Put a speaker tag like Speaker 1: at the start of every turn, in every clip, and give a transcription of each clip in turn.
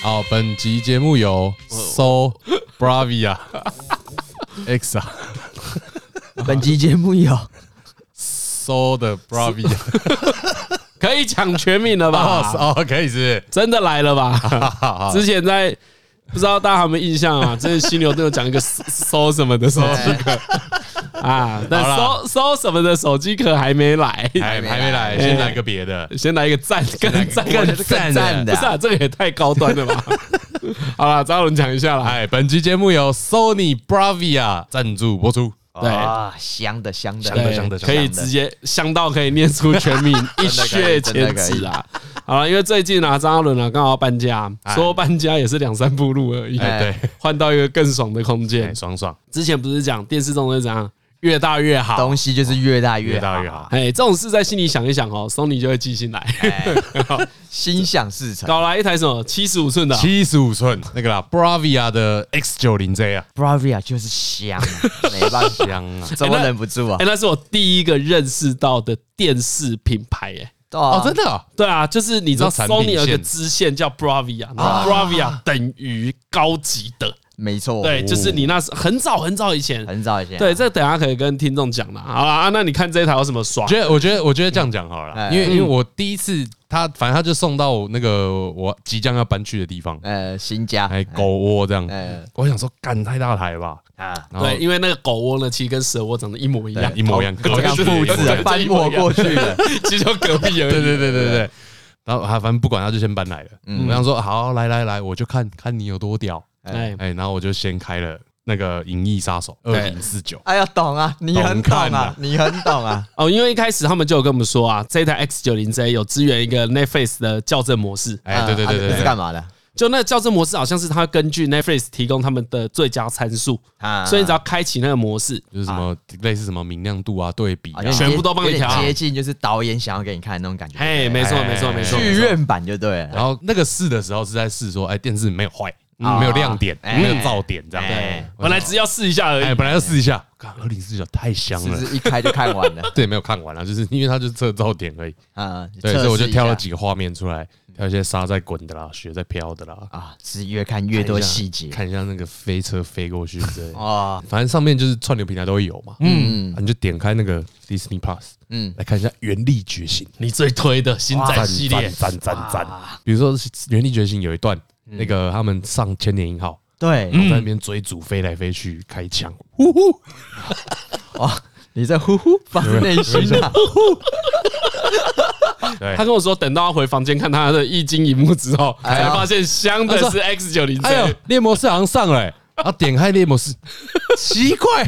Speaker 1: 好，本集节目由 So Bravia Exa
Speaker 2: 本集节目有
Speaker 1: So 的 Bravia
Speaker 3: 可以讲全名了吧？
Speaker 1: 哦哦，可以是
Speaker 3: 真的来了
Speaker 1: 不是，
Speaker 3: 吧？
Speaker 1: 好好
Speaker 3: 之前在不知道大家有没有印象啊？之前犀牛都有讲一个搜什么的手机壳啊，但
Speaker 1: 好
Speaker 3: 搜搜什么的手机壳还没来，
Speaker 1: 还还没来，
Speaker 3: 哎
Speaker 1: 先来个别的，
Speaker 3: 先来一个赞，跟赞
Speaker 2: 我觉
Speaker 3: 跟
Speaker 2: 得更赞
Speaker 3: 不
Speaker 2: 的
Speaker 3: 是啊，这个也太高端了吧？好了，张伦讲一下啦。
Speaker 1: 哎，本集节目由 Sony Bravia 赞助播出，
Speaker 3: 对
Speaker 2: 啊，香的香的，
Speaker 1: 香的
Speaker 3: 对
Speaker 1: 香的
Speaker 3: 可以直接香到可以念出全 名，一雪前耻啊！好了，因为最近啊，张嘉伦啊刚好要搬家，说搬家也是两三步路而已，
Speaker 1: 哎，对，
Speaker 3: 换到一个更爽的空间
Speaker 1: 哎，。爽爽，
Speaker 3: 之前不是讲电视中的怎样，越大越好。
Speaker 2: 东西就是越大
Speaker 1: 越
Speaker 2: 越
Speaker 1: 大越
Speaker 2: 好，
Speaker 1: 好，
Speaker 3: 哎，这种事在心里想一想哦，Sony 就会记进来，
Speaker 2: 哎心想事成。
Speaker 3: 搞来一台什么七十五寸的啊，
Speaker 1: 七十五寸那个啦，Bravia 的 X 九零 Z 啊，
Speaker 2: Bravia 就是 香啊，没办法，
Speaker 1: 香啊，
Speaker 2: 怎么忍不住啊
Speaker 3: 哎，？那是我第一个认识到的电视品牌，哎，
Speaker 1: 哦
Speaker 2: 哦，
Speaker 1: 真的啊，
Speaker 3: 对啊，就是你知道
Speaker 1: 你说产品
Speaker 3: Sony 有一个
Speaker 1: 线啊
Speaker 3: 支线叫 Bravia，那 Bravia 等于高级的，
Speaker 2: 没错，
Speaker 3: 对，就是你那时很早很早以前，
Speaker 2: 哦很早以前啊，
Speaker 3: 对，这等下可以跟听众讲啦。好啦，啊那你看这一台有什么爽
Speaker 1: 我？觉得，我觉得，我觉得这样讲好了啦，
Speaker 2: 哎
Speaker 1: 因为因为我第一次他，反正他就送到我那个我即将要搬去的地方，
Speaker 2: 呃，新家，
Speaker 1: 哎，狗窝这样，
Speaker 2: 哎
Speaker 1: 我想说，干太大台吧，
Speaker 2: 啊，
Speaker 1: 然后
Speaker 3: 对，因为那个狗窝呢，其实跟蛇窝长得一模一样，
Speaker 1: 一模一样，
Speaker 2: 这样复制啊翻抹过 去的，
Speaker 3: 其实就隔壁 而已。
Speaker 1: 对对对对对。然后他啊反正不管，他就先搬来了。我想说，好，来来来，我就看看你有多屌。
Speaker 3: 哎，
Speaker 1: 哎，然后我就先开了那个《银翼杀手》二零四九，
Speaker 2: 哎呀，懂啊，你很
Speaker 1: 懂
Speaker 2: 懂
Speaker 1: 看啊
Speaker 2: 啊，你很懂啊，
Speaker 3: 哦，因为一开始他们就有跟我们说啊，这一台 X 九零 Z 有支援一个 Netflix 的校正模式，
Speaker 1: 哎，对对对
Speaker 2: 啊这
Speaker 1: 对
Speaker 2: 是
Speaker 1: 对，
Speaker 2: 干嘛的
Speaker 3: 就那个校正模式好像是它根据 Netflix 提供他们的最佳参数，
Speaker 2: 啊？
Speaker 3: 所以你只要开启那个模式，
Speaker 1: 就是什么类似什么明亮度啊、对比啊
Speaker 2: 好，像
Speaker 3: 全部都帮你调
Speaker 1: 啊
Speaker 2: 有点接近就是导演想要给你看的那种感觉。
Speaker 3: 嘿，没错
Speaker 1: 哎
Speaker 3: 没错没错，
Speaker 2: 剧院版就对了。
Speaker 1: 然后那个试的时候是在试说，哎，电视没有坏，
Speaker 2: 啊
Speaker 1: 没有亮点，
Speaker 2: 哎
Speaker 1: 没有噪点，这样。
Speaker 2: 哎
Speaker 3: 本来只要试一下而
Speaker 1: 哎，
Speaker 3: 已。
Speaker 1: 本来要试一下，看二零四九太香
Speaker 2: 是不
Speaker 1: 了。
Speaker 2: 是一开就看完了？
Speaker 1: 对，没有看完啊，就是因为它就是这噪点而已。
Speaker 2: 啊，
Speaker 1: 对，所以我就挑了
Speaker 2: 测试一
Speaker 1: 几个画面出来，挑一些沙在滚的啦，雪在飘的啦，
Speaker 2: 下啊，是越看越多细节
Speaker 1: 看一下那个飞车飞过去之类的。
Speaker 2: 哦，
Speaker 1: 反正上面就是串流平台都会有嘛，嗯，你就点开那个 Disney Plus，嗯
Speaker 2: 嗯，
Speaker 1: 来看一下《原力觉醒
Speaker 3: 你最推的星》
Speaker 1: 赞
Speaker 3: 仔系列，
Speaker 1: 赞赞赞赞，比如说是《原力觉醒》有一段，
Speaker 2: 嗯
Speaker 1: 那个他们上千年鹰号。
Speaker 2: 对，
Speaker 1: 然后在那边追逐，飞来飞去，开枪，呼呼！
Speaker 2: 哇，你在呼呼发自内心啊，
Speaker 1: 对
Speaker 3: 他，跟我说，等到他回房间看他的液晶荧幕之后，
Speaker 2: 哎
Speaker 3: 才
Speaker 2: 呀
Speaker 3: 发现香的是 X 九零
Speaker 1: 哎 呦
Speaker 3: Z。，
Speaker 1: 猎魔士好像上了、欸，啊，点开猎魔士，奇怪，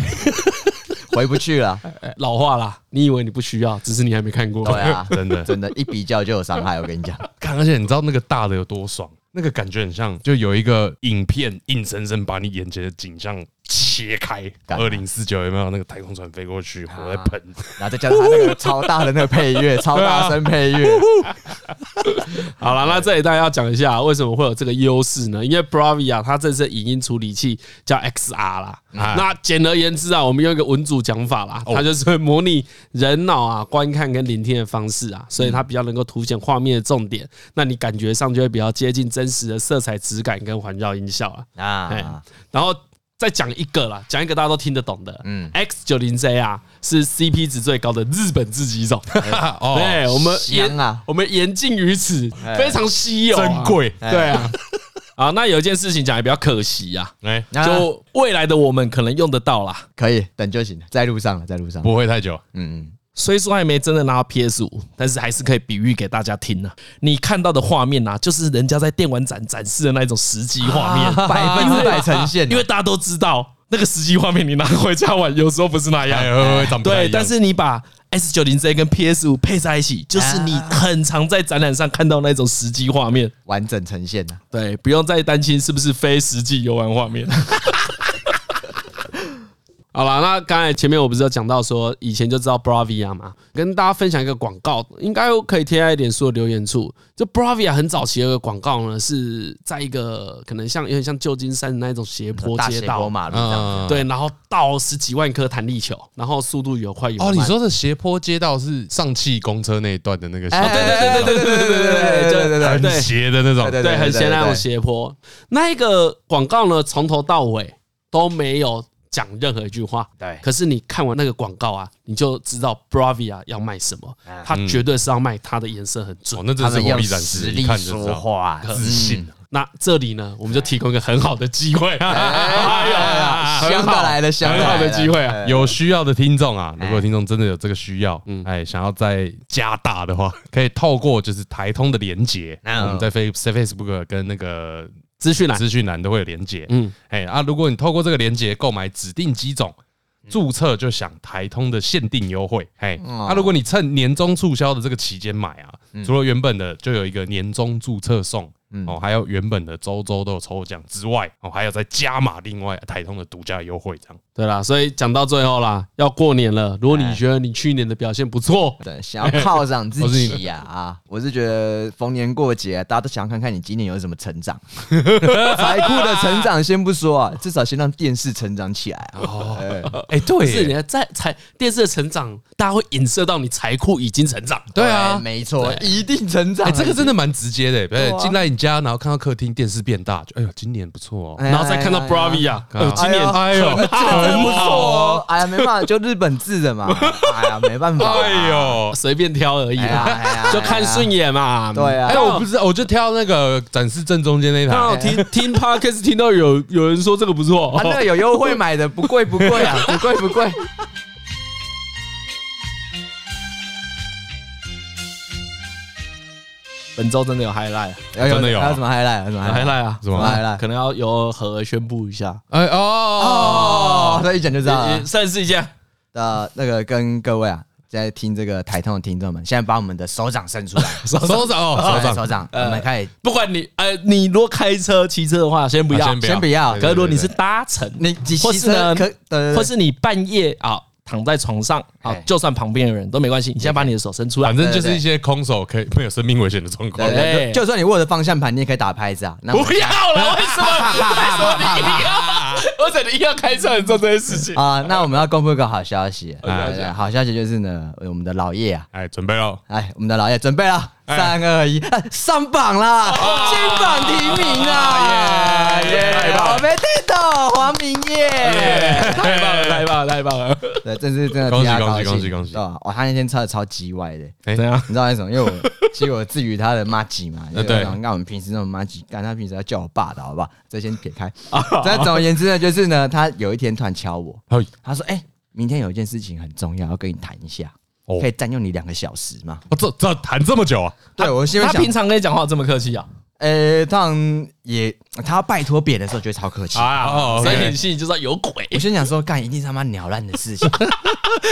Speaker 2: 回不去了。
Speaker 3: 哎老话啦，你以为你不需要，只是你还没看过。
Speaker 2: 对啊，
Speaker 1: 真的
Speaker 2: 真的，一比较就有伤害。我跟你讲，
Speaker 1: 看，而且你知道那个大的有多爽，那个感觉很像，就有一个影片硬生生把你眼前的景象切开。
Speaker 2: 干
Speaker 1: 二零四九有没有那个太空船飞过去，
Speaker 3: 啊
Speaker 1: 火在 喷？
Speaker 2: 然后再加上他那个超大的那个配乐，超大声配乐，
Speaker 3: 好了，那这里大家要讲一下为什么会有这个优势呢？因为 Bravia 它这次影音处理器叫 XR 啦。
Speaker 1: 哎
Speaker 3: 那简而言之啊，我们用一个文组讲法啦，它就是会模拟人脑啊观看跟聆听的方式啊，所以它比较能够凸显画面的重点。那你感觉上就会比较接近真实的色彩质感跟环绕音效啊。哎
Speaker 2: 啊，
Speaker 3: 然后再讲一个啦，讲一个大家都听得懂的，嗯
Speaker 2: 嗯
Speaker 3: ，X 九零 Z 啊是 CP 值最高的日本自己种，
Speaker 1: 哦
Speaker 3: 对，我们
Speaker 2: 香
Speaker 3: 言
Speaker 2: 啊
Speaker 3: 我们言尽于此，
Speaker 2: 哎
Speaker 3: 非常稀有啊，
Speaker 1: 珍贵
Speaker 3: 对啊。啊，那有一件事情讲也比较可惜啊，
Speaker 1: 哎，
Speaker 2: 啊
Speaker 3: 就未来的我们可能用得到啦，
Speaker 2: 可以等就行了，在路上了，在路上。
Speaker 1: 不会太久，
Speaker 2: 嗯，
Speaker 3: 虽说还没真的拿到 PS 五，但是还是可以比喻给大家听呢、啊你看到的画面啊，就是人家在电玩展展示的那一种实际画面，
Speaker 2: 百分之百呈现啊
Speaker 3: 因为大家都知道那个实际画面，你拿回家玩，有时候不是那样。
Speaker 1: 哎，会会长不太一
Speaker 3: 对，
Speaker 1: 样
Speaker 3: 但是你把 S 九零 Z 跟 PS 五配在一起，就是你很常在展览上看到那种实际画面。
Speaker 2: 完整呈现啊，
Speaker 3: 对，不用再担心是不是非实际游玩画面。 好啦，那刚才前面我不是有讲到说，以前就知道 Bravia 嘛，跟大家分享一个广告，应该可以贴在脸书的留言处。就 Bravia 很早期的一个广告呢，是在一个可能像有点像旧金山的那种斜坡
Speaker 2: 大
Speaker 3: 街
Speaker 2: 斜坡
Speaker 3: 道，
Speaker 2: 马路这样子。
Speaker 1: 嗯，
Speaker 3: 对，然后倒十几万颗弹力球，然后速度有快有慢。
Speaker 1: 哦，你说的斜坡街道是上汽公车那一段的那个斜坡，
Speaker 2: 哎
Speaker 3: 对对对对对对对对对对对
Speaker 1: 很
Speaker 3: 对。
Speaker 1: 斜的那种，
Speaker 2: 对
Speaker 3: 对，很斜那
Speaker 2: 对
Speaker 3: 种
Speaker 2: 对
Speaker 3: 斜坡。那一个广告呢，从头到尾都没有讲任何一句话。
Speaker 2: 对
Speaker 3: 可是你看完那个广告啊，你就知道 Bravia 要卖什么，它绝对是要卖它的颜色很
Speaker 1: 哦
Speaker 3: 准。，
Speaker 1: 那真
Speaker 2: 他
Speaker 1: 的是
Speaker 2: 们
Speaker 1: 货
Speaker 2: 用
Speaker 1: 币展
Speaker 2: 实
Speaker 1: 示，
Speaker 2: 力
Speaker 1: 一看就知
Speaker 2: 说
Speaker 1: 道，
Speaker 2: 话，
Speaker 1: 自 信。
Speaker 3: 那这里呢，我们就提供一个很好的
Speaker 1: 嗯
Speaker 3: 机会，嗯哎呀，
Speaker 2: 香
Speaker 3: 很好
Speaker 2: 的来了，香
Speaker 3: 很好的机会
Speaker 2: 哎
Speaker 3: 啊！哎
Speaker 1: 有需要的听众啊，如果听众真的有这个需要，
Speaker 3: 嗯
Speaker 1: 哎，想要再加大的话， 可以透过就是台通的连接，
Speaker 2: 嗯
Speaker 1: 我们在 Face 在 Facebook 跟那个
Speaker 3: 资讯栏，
Speaker 1: 资讯栏都会有连接。
Speaker 3: 嗯
Speaker 1: 嗯，哎啊，如果你透过这个连接购买指定机种，
Speaker 3: 嗯
Speaker 1: 注册就享台通的限定优惠。哎，
Speaker 2: 哦
Speaker 1: 啊，如果你趁年终促销的这个期间买啊，
Speaker 3: 嗯
Speaker 1: 除了原本的就有一个年终注册送。哦，还有原本的周周都有抽奖之外，哦，还有再加码另外台通的独家优惠，这样
Speaker 3: 对啦，所以讲到最后啦，要过年了，如果你觉得你去年的表现不错，
Speaker 2: 对，想要犒赏自己呀啊我是觉得逢年过节、大家都想要看看你今年有什么成长。财库的成长先不说啊，至少先让电视成长起来啊。哦，
Speaker 1: 哎、对
Speaker 3: 不
Speaker 1: 耶，
Speaker 3: 是你的在财电视的成长，大家会影射到你财库已经成长。
Speaker 1: 对啊，
Speaker 2: 没错，一定成长
Speaker 1: 哎、
Speaker 2: 啊。
Speaker 1: 这个真的蛮直接的、
Speaker 2: 对
Speaker 1: 哎，
Speaker 2: 啊
Speaker 1: 进来你家，然后看到客厅电视变大，就哎呦，今年不错哦、
Speaker 2: 哎呀，
Speaker 3: 然后再看到
Speaker 2: 哎呀
Speaker 1: 哎
Speaker 3: Bravia，
Speaker 1: 呀
Speaker 3: 哦，今年
Speaker 1: 哎 呦
Speaker 3: 很
Speaker 2: 哎呀真的不
Speaker 3: 好，
Speaker 2: 错哦。哎呀，没办法，就日本制的嘛。哎呀，没办法啊。
Speaker 1: 哎呦，
Speaker 3: 随便挑而已
Speaker 2: 哎呀，
Speaker 3: 啦，
Speaker 2: 哎呀
Speaker 3: 就看顺。眼嘛。
Speaker 2: 对啊
Speaker 1: 哎、我不知道，我就挑那个展示正中间那一
Speaker 3: 刚好
Speaker 1: 台。
Speaker 3: 哦
Speaker 1: 哎
Speaker 3: 听听 podcast 听到有有人说这个不错
Speaker 2: 啊，，那个有优惠买的，不贵不贵啊，不贵不贵。
Speaker 3: 本周真的有 highlight
Speaker 1: 真的有啊
Speaker 2: 还有什么 highlight？还有什么 highlight？
Speaker 3: highlight 啊，
Speaker 1: 什么
Speaker 2: highlight
Speaker 3: 可能要由何宣布一下，
Speaker 1: 哎哦
Speaker 2: 哦，他一讲就知道了
Speaker 3: 也。算是一下。
Speaker 2: 呃，那个跟各位啊，在听这个台通的听众们，现在把我们的手掌伸出来，
Speaker 1: 手掌哦，手
Speaker 2: 来
Speaker 1: 掌
Speaker 2: 手掌，我
Speaker 3: 呃
Speaker 2: 们开始，
Speaker 3: 不管你呃，你如果开车、骑车的话，先不
Speaker 1: 啊
Speaker 3: 要
Speaker 1: 先。不要
Speaker 2: 先不要
Speaker 1: 对，
Speaker 3: 可是如果你是搭乘，
Speaker 2: 你几
Speaker 3: 或
Speaker 2: 骑
Speaker 3: 是呢
Speaker 2: 车可，对对对
Speaker 3: 或是你半夜啊躺在床上啊
Speaker 2: 哎，
Speaker 3: 就算旁边的人都没关系，你先把你的手伸出来
Speaker 1: 反。正就是一些空手可以没有生命危险的状况
Speaker 2: 对。对
Speaker 3: 哎
Speaker 2: 对，就就算你握着方向盘，你也可以打拍子啊。那我
Speaker 3: 不要了，为什么？ 为什么你一定要？为什么一定要开车做这件事情？
Speaker 2: 啊，那我们要公布一个好消息，
Speaker 1: 好消息
Speaker 2: 对对对好消息就是呢，我们的老叶啊，
Speaker 1: 哎，准备喽！
Speaker 2: 哎，我们的老叶准备了，
Speaker 1: 哎
Speaker 2: 三二一，哎上榜啦，金榜题名啦，
Speaker 1: 耶耶太
Speaker 2: 耶！
Speaker 1: 棒了
Speaker 2: 我们听懂黄明业。
Speaker 3: 太棒了，太棒了，太棒了！
Speaker 2: 对，这是真的
Speaker 1: 恭喜
Speaker 2: 替他
Speaker 1: 恭喜
Speaker 2: 高兴
Speaker 1: 恭喜恭喜
Speaker 2: 对吧？哦哇，他那天穿的超级歪的，
Speaker 1: 哎，
Speaker 3: 怎样？
Speaker 2: 你知道为什 么？因为我其实我至于他的妈吉嘛，
Speaker 1: 呃
Speaker 2: 就
Speaker 1: 对
Speaker 2: 是那种那我们平时那种妈吉，干他平时要叫我爸的好不好？这先撇 开。
Speaker 1: 哦
Speaker 2: 但总而言之呢，就是呢，他有一天突然敲我，
Speaker 1: 哎
Speaker 2: 他说：“哎，明天有一件事情很重要，要跟你谈一下，
Speaker 1: 哦
Speaker 2: 可以占用你两个小时吗
Speaker 1: 哦这这谈这么久啊？？”
Speaker 2: 对，我心里
Speaker 3: 他
Speaker 2: 想
Speaker 3: 平，常跟你讲话这么客气啊？
Speaker 2: 呃，通常也他要拜托别人的时候，觉得超客气。
Speaker 1: 啊，哦
Speaker 3: 所以
Speaker 1: OK
Speaker 3: 你心里就知道有鬼。
Speaker 2: 我心想说，干一定是他妈鸟烂的 事情，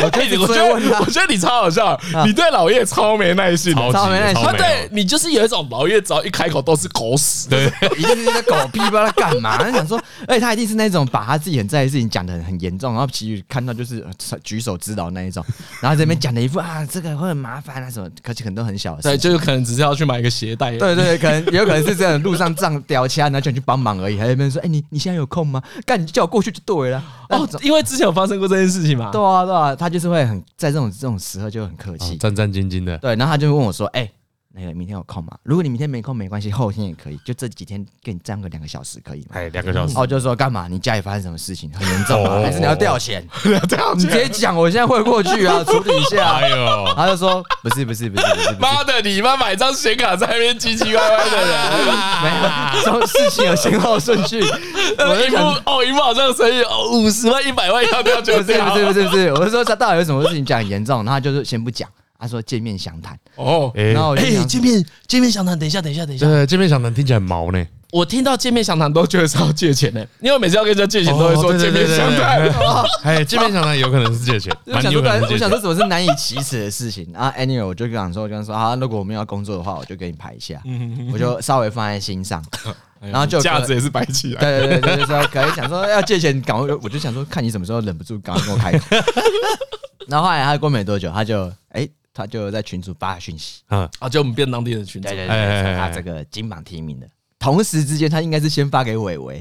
Speaker 3: 我跟哎你
Speaker 2: 直
Speaker 3: 我觉
Speaker 2: 追问
Speaker 3: 得
Speaker 2: 他啊
Speaker 3: 我觉得你超好笑，你对老叶超没耐心的。
Speaker 1: 超级
Speaker 2: 超没耐心
Speaker 1: 超
Speaker 3: 他
Speaker 1: 没
Speaker 3: 对你就是有一种老叶，只要一开口都是狗屎。
Speaker 1: 对，
Speaker 2: 一定是那狗屁，不知道在干嘛。他想说，而且他一定是那种把他自己很在意的事情讲的很很严重，然后其余看到就是呃举手之劳那一种，然后这边讲的一副啊这个会很麻烦啊什么，可是可能都很小的
Speaker 3: 对，
Speaker 2: 事情。
Speaker 3: 就是可能只是要去买一个鞋带。
Speaker 2: 对对，对可能也有可能是这样，路上撞掉掐，然后叫你去帮忙而已，还在那边说，哎、你你现在有空吗？干，你就叫我过去就对了。
Speaker 3: 哦
Speaker 2: 哦，，
Speaker 3: 因为之前有发生过这件事情嘛。
Speaker 2: 对啊对啊，他就是会很在这种这种时候就很客
Speaker 1: 哦
Speaker 2: 气。
Speaker 1: 战战兢兢的，
Speaker 2: 对，然后他就问我说，哎、那个明天有空吗？如果你明天没空没关系，后天也可以，就这几天给你占个两个小时可以吗？
Speaker 1: 哎，两个小时，
Speaker 2: 哦，就说干嘛？你家里发生什么事情很严重吗？
Speaker 1: 哦
Speaker 2: 还是你要调遣？这样你直接讲，我现在会过去啊，处理一下。
Speaker 1: 哎呦，
Speaker 2: 他就说不是不是不是不是不是，
Speaker 3: 妈的，你妈买张显卡在那边唧唧歪歪的
Speaker 1: 哎
Speaker 3: 人，
Speaker 2: 没有， 说事情有先后顺序。我
Speaker 3: 一
Speaker 2: 就
Speaker 3: 幕
Speaker 2: 想，
Speaker 3: 哦，一幕好像生意哦，五十万、一百万要不啊要就
Speaker 2: 不是不是
Speaker 3: 掉？
Speaker 2: 不是不是，我是说他到底有什么事情讲很严重，然后他就是先不讲，他说见面详谈，
Speaker 3: 哦，
Speaker 1: 哎
Speaker 2: 然，后我就
Speaker 3: 哎，
Speaker 2: 想
Speaker 3: 见面见面详谈，等一下，等一下，等一下。
Speaker 1: 这这边想谈听起来很毛呢。
Speaker 3: 我听到见面详谈都觉得是要借钱呢、因为我每次要跟人家借钱都会
Speaker 1: 哦
Speaker 3: 说
Speaker 1: 对
Speaker 3: 见
Speaker 1: 对
Speaker 3: 面
Speaker 1: 对
Speaker 3: 详
Speaker 1: 对
Speaker 3: 谈。
Speaker 1: 哎，见面想谈有可能是借钱，
Speaker 2: 哦 我
Speaker 1: 蛮
Speaker 2: 想
Speaker 1: 有
Speaker 2: 说
Speaker 1: 可
Speaker 2: 本来，
Speaker 1: 能是借
Speaker 2: 我想
Speaker 1: 钱
Speaker 2: 说。什么是难以启齿的事情啊？Anyway，我就跟他说，跟他说，好，如果我们要工作的话，我就给你排一下，我就稍微放在心上。然后就
Speaker 4: 架子也是摆起来，
Speaker 2: 对对对，就是说可能想说要借钱，赶快我就想说看你什么时候忍不住，赶快跟我开口。然后后来他过没多久，他就哎、他就在群组发讯息，
Speaker 1: 嗯
Speaker 3: 啊，就我们变当地的群主
Speaker 2: 对，对
Speaker 1: 哎哎
Speaker 2: 对，
Speaker 1: 哎
Speaker 2: 说他这个金榜题名的。同时之间，他应该是先发给伟伟，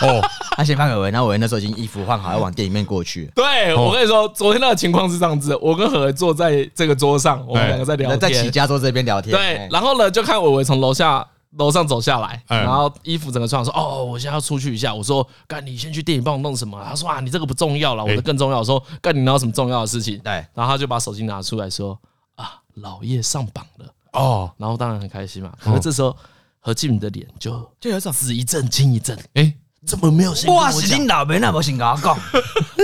Speaker 2: 哦，他先发给伟伟，然后伟伟那时候已经衣服换好，要往店里面过去。
Speaker 3: 对，
Speaker 2: 哦
Speaker 3: 我跟你说，昨天那个情况是这样子，我跟何坐在这个桌上，我们
Speaker 1: 对
Speaker 3: 两个在聊
Speaker 2: 那在齐
Speaker 3: 天，
Speaker 2: 加州这边聊天，哎
Speaker 3: 对，然后呢，就看伟伟从楼下楼上走下来，
Speaker 1: 嗯
Speaker 3: 然后衣服整个穿好，说：“哦，我现在要出去一下。”我说：“干，你先去店里帮我弄什么啊？”他说：“啊，你这个不重要了，我的
Speaker 1: 哎
Speaker 3: 更重要。”我说：“干，你哪有什么重要的事情？”
Speaker 2: 对，
Speaker 3: 然后他就把手机拿出来说：“啊，老叶上榜了。”
Speaker 1: 哦，
Speaker 3: 然后当然很开心嘛。可是这时候何静敏的脸就
Speaker 2: 哦就有种
Speaker 3: 紫一阵青一阵，
Speaker 1: 哎，
Speaker 3: 怎么没有先跟
Speaker 2: 哇，
Speaker 3: 我
Speaker 2: 是
Speaker 3: 讲
Speaker 2: 你？老妹那没先跟 我讲，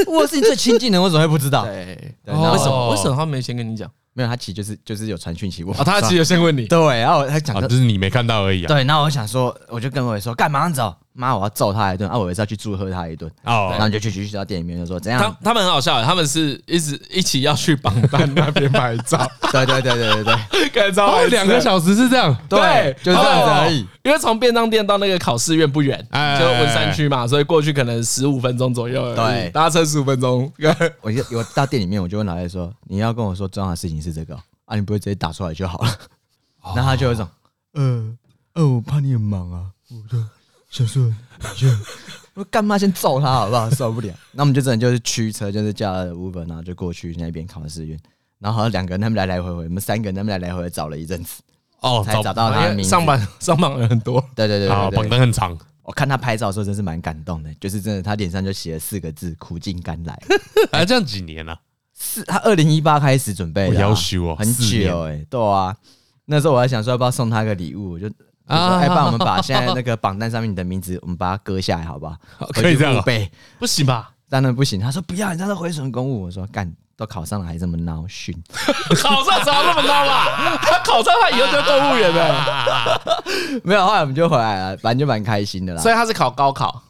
Speaker 2: 我是你最亲近的，我怎么会不知道？
Speaker 3: 对，
Speaker 2: 对，然后
Speaker 3: 为什
Speaker 1: 哦
Speaker 3: 么为什么他没先跟你讲？
Speaker 2: 没有，他其实就是就是有传讯息我
Speaker 3: 啊，他其实先问你，
Speaker 2: 对，然后他讲
Speaker 1: 啊，
Speaker 2: 的
Speaker 1: 就是你没看到而已啊。
Speaker 2: 对，然后我想说，我就跟伟伟说，干马上走，妈，我要揍他一顿，啊，伟伟是要去祝贺他一顿，然
Speaker 1: 哦，
Speaker 2: 后你就去去去到店里面就说怎
Speaker 3: 他
Speaker 2: 样？
Speaker 3: 他们很好笑，欸他们是一直一起要去榜单 那边拍 照，
Speaker 2: 对对对对对对
Speaker 3: 改造
Speaker 1: 哦，两个小时是这样。
Speaker 2: 对，就是这样子而已。
Speaker 3: 哦因为从便当店到那个考试院不远，
Speaker 1: 哎
Speaker 3: 就文山区嘛，所以过去可能十五分钟左右而已，
Speaker 2: 对
Speaker 3: 搭车十五分钟。
Speaker 2: 我就我到店里面，我就问老叶说，你要跟我说重要的事情是这个哦啊，你不会直接打出来就好了。然后他就有一种，哦呃，呃，我怕你很忙啊，我就想说，就我说干妈先揍他好不好？受不了。那我们就真的就是驱车，就是叫了 Uber，然后就过去那边考试院。然后好像两个人他们来来回回，我们三个人他们来来回回找了一阵子，
Speaker 1: 哦，
Speaker 2: 才找到他的
Speaker 3: 因为
Speaker 2: 名字。
Speaker 3: 上 榜上榜人很多，
Speaker 2: 对对对
Speaker 1: 好，
Speaker 2: 对对
Speaker 1: 榜啊单很 长。
Speaker 2: 我看他拍照的时候真是蛮感动的，就是真的，他脸上就写了四个字“苦尽甘来
Speaker 1: 哎，这样几年了？”。
Speaker 2: 是他二零一八开始准备
Speaker 1: 我
Speaker 2: 的、
Speaker 1: 要
Speaker 2: 啊，
Speaker 1: 修哦，
Speaker 2: 很
Speaker 1: 四年
Speaker 2: 久哎、对啊。那时候我还想说要不要送他个礼物，我就我
Speaker 1: 啊
Speaker 2: 说 哎，帮我们把现在那个榜单上面你的名字，我们把它割下来，好不好？
Speaker 1: 可以这样
Speaker 2: 回去
Speaker 1: 哦
Speaker 2: 复背，
Speaker 3: 不行吧？
Speaker 2: 当然不行。他说不要，你这是毁损公务。我说干，都考上了还这么孬训。
Speaker 3: 考上才要那么高吧？他考上他以后就是公务员了，
Speaker 2: 没有，后来我们就回来了，反正就蛮开心的 啦
Speaker 3: 所。以他是考高考。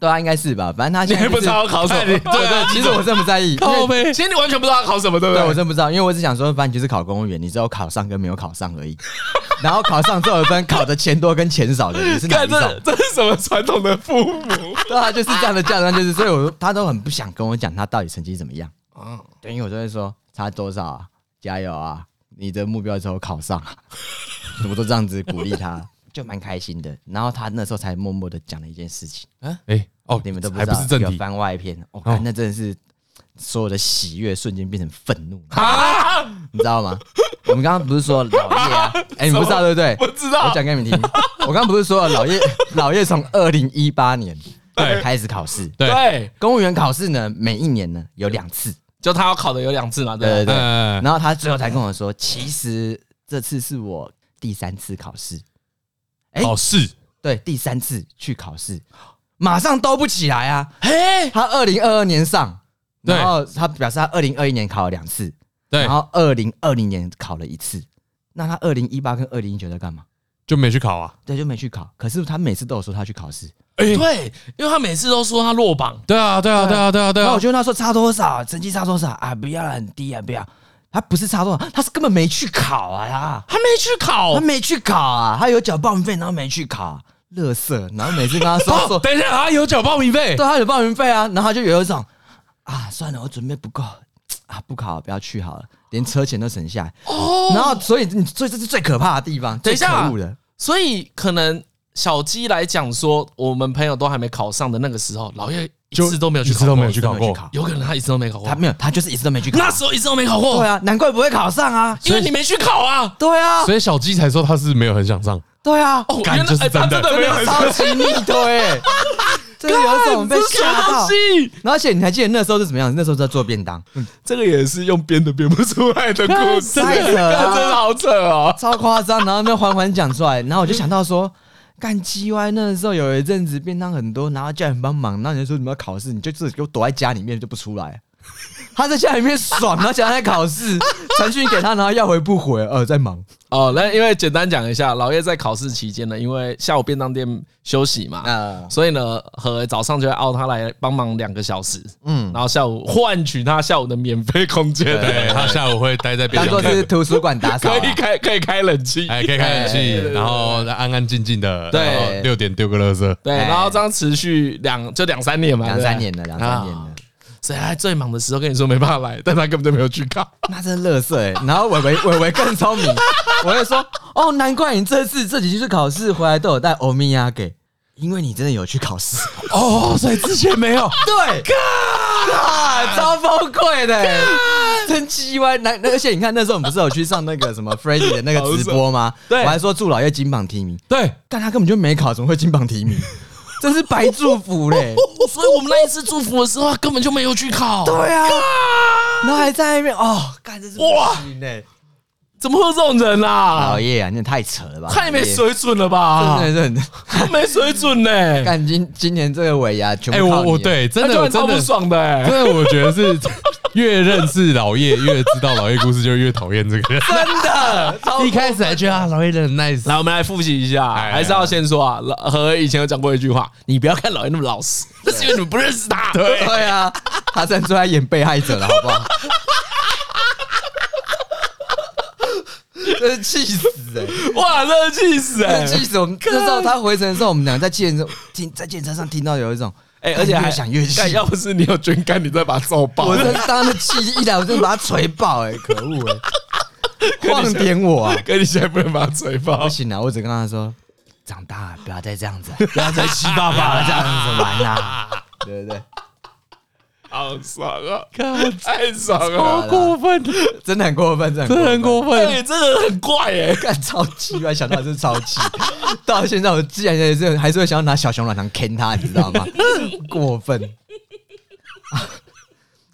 Speaker 2: 对啊，应该是吧？反正他现
Speaker 1: 哎
Speaker 2: 在、就是、
Speaker 3: 考什么？
Speaker 2: 对对，其实我真不 在意，因为
Speaker 3: 背。其实你完全不知道他考什么，对不
Speaker 2: 对，我
Speaker 3: 对？
Speaker 2: 真不知道，因为我只想说，反正你就是考公务员，你只有考上跟没有考上而已。 然后考上之后有分考的钱多跟钱少的，你是哪一
Speaker 3: 看
Speaker 2: 种？
Speaker 3: 这这是什么传统的父母？
Speaker 2: 对啊，就是这样的价值观，就是所以我他都很不想跟我讲他到底成绩怎么样。
Speaker 1: 哦
Speaker 2: 对，因为我就会说差多少啊，加油啊，你的目标之后考上啊，我都这样子鼓励他，就蛮开心的。然后他那时候才默默的讲了一件事情，
Speaker 1: 哎，哦，
Speaker 2: 嗯你们都不
Speaker 1: 还
Speaker 2: 知
Speaker 1: 不
Speaker 2: 道，
Speaker 1: 是正
Speaker 2: 有
Speaker 1: 题
Speaker 2: 番外篇，我、哦、
Speaker 1: 哦
Speaker 2: 看那真的是所有的喜悦瞬间变成愤怒。
Speaker 3: 啊，
Speaker 2: 你知道吗？我们刚刚不是说老叶啊？哎、你不知道对不对？
Speaker 3: 不知道
Speaker 2: 我讲给你们听。我刚刚不是说老叶，老叶从二零一八年
Speaker 1: 对
Speaker 2: 开始考试，
Speaker 1: 对 嗯
Speaker 3: 对，
Speaker 2: 公务员考试呢，每一年呢有两次，
Speaker 3: 就他要考的有两次嘛，对不
Speaker 2: 对对
Speaker 3: 对。
Speaker 2: 对。
Speaker 1: 呃，
Speaker 2: 然后他最后才跟我说，其实这次是我第三次考试，哎
Speaker 1: 哦是，
Speaker 2: 对，第三次去考试，马上兜不起来啊。
Speaker 3: 嘿，
Speaker 2: 他二零二二年上，
Speaker 1: 对
Speaker 2: 然后他表示他二零二一年考了两次，
Speaker 1: 对
Speaker 2: 然，后二零二零年考了一次。那他二零一八跟二零一九在干嘛？
Speaker 1: 就没去考啊。
Speaker 2: 对，就没去考。可是他每次都有说他去考试，
Speaker 3: 对，因为他每次都说他落榜，
Speaker 1: 对啊，对啊，对啊，对啊，对
Speaker 2: 然后
Speaker 1: 啊
Speaker 2: 我。就问他说差多少，成绩差多少啊？不要了，很低啊，不要。他不是差多少，他是根本没去考啊，他
Speaker 3: 他没去考
Speaker 2: 他。没去考啊，他有缴报名费，然后没去考、啊，乐色。然后每次跟他
Speaker 3: 哦
Speaker 2: 说说，
Speaker 1: 等一下，
Speaker 3: 啊
Speaker 1: 他有缴报名费
Speaker 2: 对，他有报名费啊，然后他就有一种啊，算了，我准备不够啊，不考不要去好了，连车钱都省下来。哦，然后所以你所以这是最可怕的地方，
Speaker 3: 等一下
Speaker 2: 最可恶的。
Speaker 3: 所以可能小鸡来讲说，我们朋友都还没考上的那个时候，老叶一次都没有去
Speaker 1: 一
Speaker 3: 考
Speaker 1: 次
Speaker 3: 过，
Speaker 1: 都没有去考
Speaker 2: 都没有
Speaker 1: 过
Speaker 2: 去。考
Speaker 3: 有可能他一次都没考过
Speaker 2: 他。没有，他就是一直都没去考。
Speaker 3: 哦那时候一次都没考过
Speaker 2: 对，啊，难怪不会考上啊。
Speaker 3: 因为你没去考啊。
Speaker 2: 对啊，
Speaker 1: 所以小鸡才说他是没有很想上，
Speaker 2: 对啊，
Speaker 3: 哦，
Speaker 1: 干
Speaker 3: 原来
Speaker 1: 就是
Speaker 3: 哎他
Speaker 1: 真的
Speaker 3: 没 有很
Speaker 2: 超级逆推、欸，真的有种被吓到。然后而且你还记得那时候是怎么样？那时候在做便当，
Speaker 3: 这个也是用编的编不出来的故事，
Speaker 2: 太扯了
Speaker 3: 真的好扯哦。
Speaker 2: 超夸张。然后那缓缓讲出来，然后我就想到说，干 G Y 那时候有一阵子便当很多，然后叫人帮忙，然后你就说你们要考试，你就自己给我躲在家里面就不出来。 他在家里面爽，然后讲他在考试，传讯给他，然后要回不回，呃，在忙。
Speaker 3: 哦，那因为简单讲一下，老叶在考试期间呢，因为下午便当店休息嘛，
Speaker 2: 啊，
Speaker 3: 所以呢，和早上就会熬他来帮忙两个小时，嗯，然后下午换取他下午的免费空间，
Speaker 1: 对他下午会待在便
Speaker 2: 当
Speaker 1: 当
Speaker 2: 做是
Speaker 1: 店，
Speaker 2: 图书馆打扫
Speaker 3: 可
Speaker 2: 啊。
Speaker 3: 以开可以开冷气，
Speaker 1: 哎，可以看冷气，然后安安静静的，
Speaker 3: 对
Speaker 1: 然后六点丢个垃圾，
Speaker 3: 对，
Speaker 2: 哎
Speaker 3: 然后这样持续两就两三年嘛，
Speaker 2: 两
Speaker 3: 对不对
Speaker 2: 三年了，两三年了
Speaker 3: 啊，所以他最忙的时候跟你说没办法来，但他根本就没有去 考。
Speaker 2: 那真乐色哎。然后伟伟伟伟更 聪明，我会说哦，难怪你这次这几次考试回来都有带欧米亚给，因为你真的有去考试。
Speaker 1: 哦，所以之前没 有，
Speaker 2: 对，啊， 超崩溃的、欸真鸡歪。那那而且你看那时候我们不是有去上那个什么 f r e d d y 的那个直播吗？
Speaker 3: 对
Speaker 2: 我还说祝老叶金榜题名，
Speaker 1: 对，
Speaker 2: 但他根本就没考，怎么会金榜题 名？真是白祝福嘞！
Speaker 3: 所以我们那一次祝福的时候，他根本就没有去考。
Speaker 2: 对啊，然后还在那边哦，干这是哇
Speaker 3: 哇，怎么会有这种人啊
Speaker 2: 老？叶啊，你也太扯了吧，啊
Speaker 3: 太没
Speaker 2: 老叶，
Speaker 3: 水准了吧！
Speaker 2: 真的是很
Speaker 3: 太没水准 呢、欸！
Speaker 2: 干今今年这个尾牙全
Speaker 1: 哎，
Speaker 2: 部靠
Speaker 1: 我
Speaker 2: 你
Speaker 1: 我
Speaker 2: 了，
Speaker 1: 对，真
Speaker 3: 他就
Speaker 1: 的
Speaker 3: 很超
Speaker 1: 真
Speaker 3: 不
Speaker 1: 的
Speaker 3: 爽的、欸。
Speaker 1: 真的，我觉得是越认识老叶，越知道老叶故事，就越讨厌这个人。
Speaker 2: 真的 超
Speaker 1: 一开始还觉得啊，老叶人很 nice，
Speaker 3: 来，我们来复习一下，
Speaker 1: 哎
Speaker 3: 还是要先说啊，老何以前有讲过一句话：你不要看老爷那么老 实，那是因为你们不认识他。 对
Speaker 2: 对啊，他站出来演被害者了，好不好？ 真是气死哎、
Speaker 3: 哇，真的气死哎、
Speaker 2: 欸！气死我们！那时候他回程的时候，我们两个在健身听在健身上听到有一种，
Speaker 3: 哎、而且还
Speaker 2: 越想越气
Speaker 3: 干，要不是你有军干，你再把他揍爆。
Speaker 2: 我真当时气一来，我就把他锤爆哎、可恶哎、欸！
Speaker 3: 跟你
Speaker 2: 晃点我啊！
Speaker 3: 跟你现在不能把他嘴爆
Speaker 2: 不，行啊，我只跟他说，长大了不要再这样子，
Speaker 3: 不要再气爸
Speaker 2: 不
Speaker 3: 爸
Speaker 2: 要
Speaker 3: 了
Speaker 2: 这样子玩啦、 对不对？
Speaker 3: 好爽啊！太爽
Speaker 2: 好
Speaker 3: 了，
Speaker 2: 过
Speaker 3: 分，
Speaker 2: 真的很过分，真的
Speaker 1: 真的
Speaker 2: 很
Speaker 1: 很
Speaker 2: 过分。
Speaker 1: 过
Speaker 3: 哎、
Speaker 1: 分。
Speaker 3: 真的很怪哎、
Speaker 2: 干超气，我想到还是超气。 到现在我自然也是还是会想要拿小熊软糖啃他，你知 道吗？过分。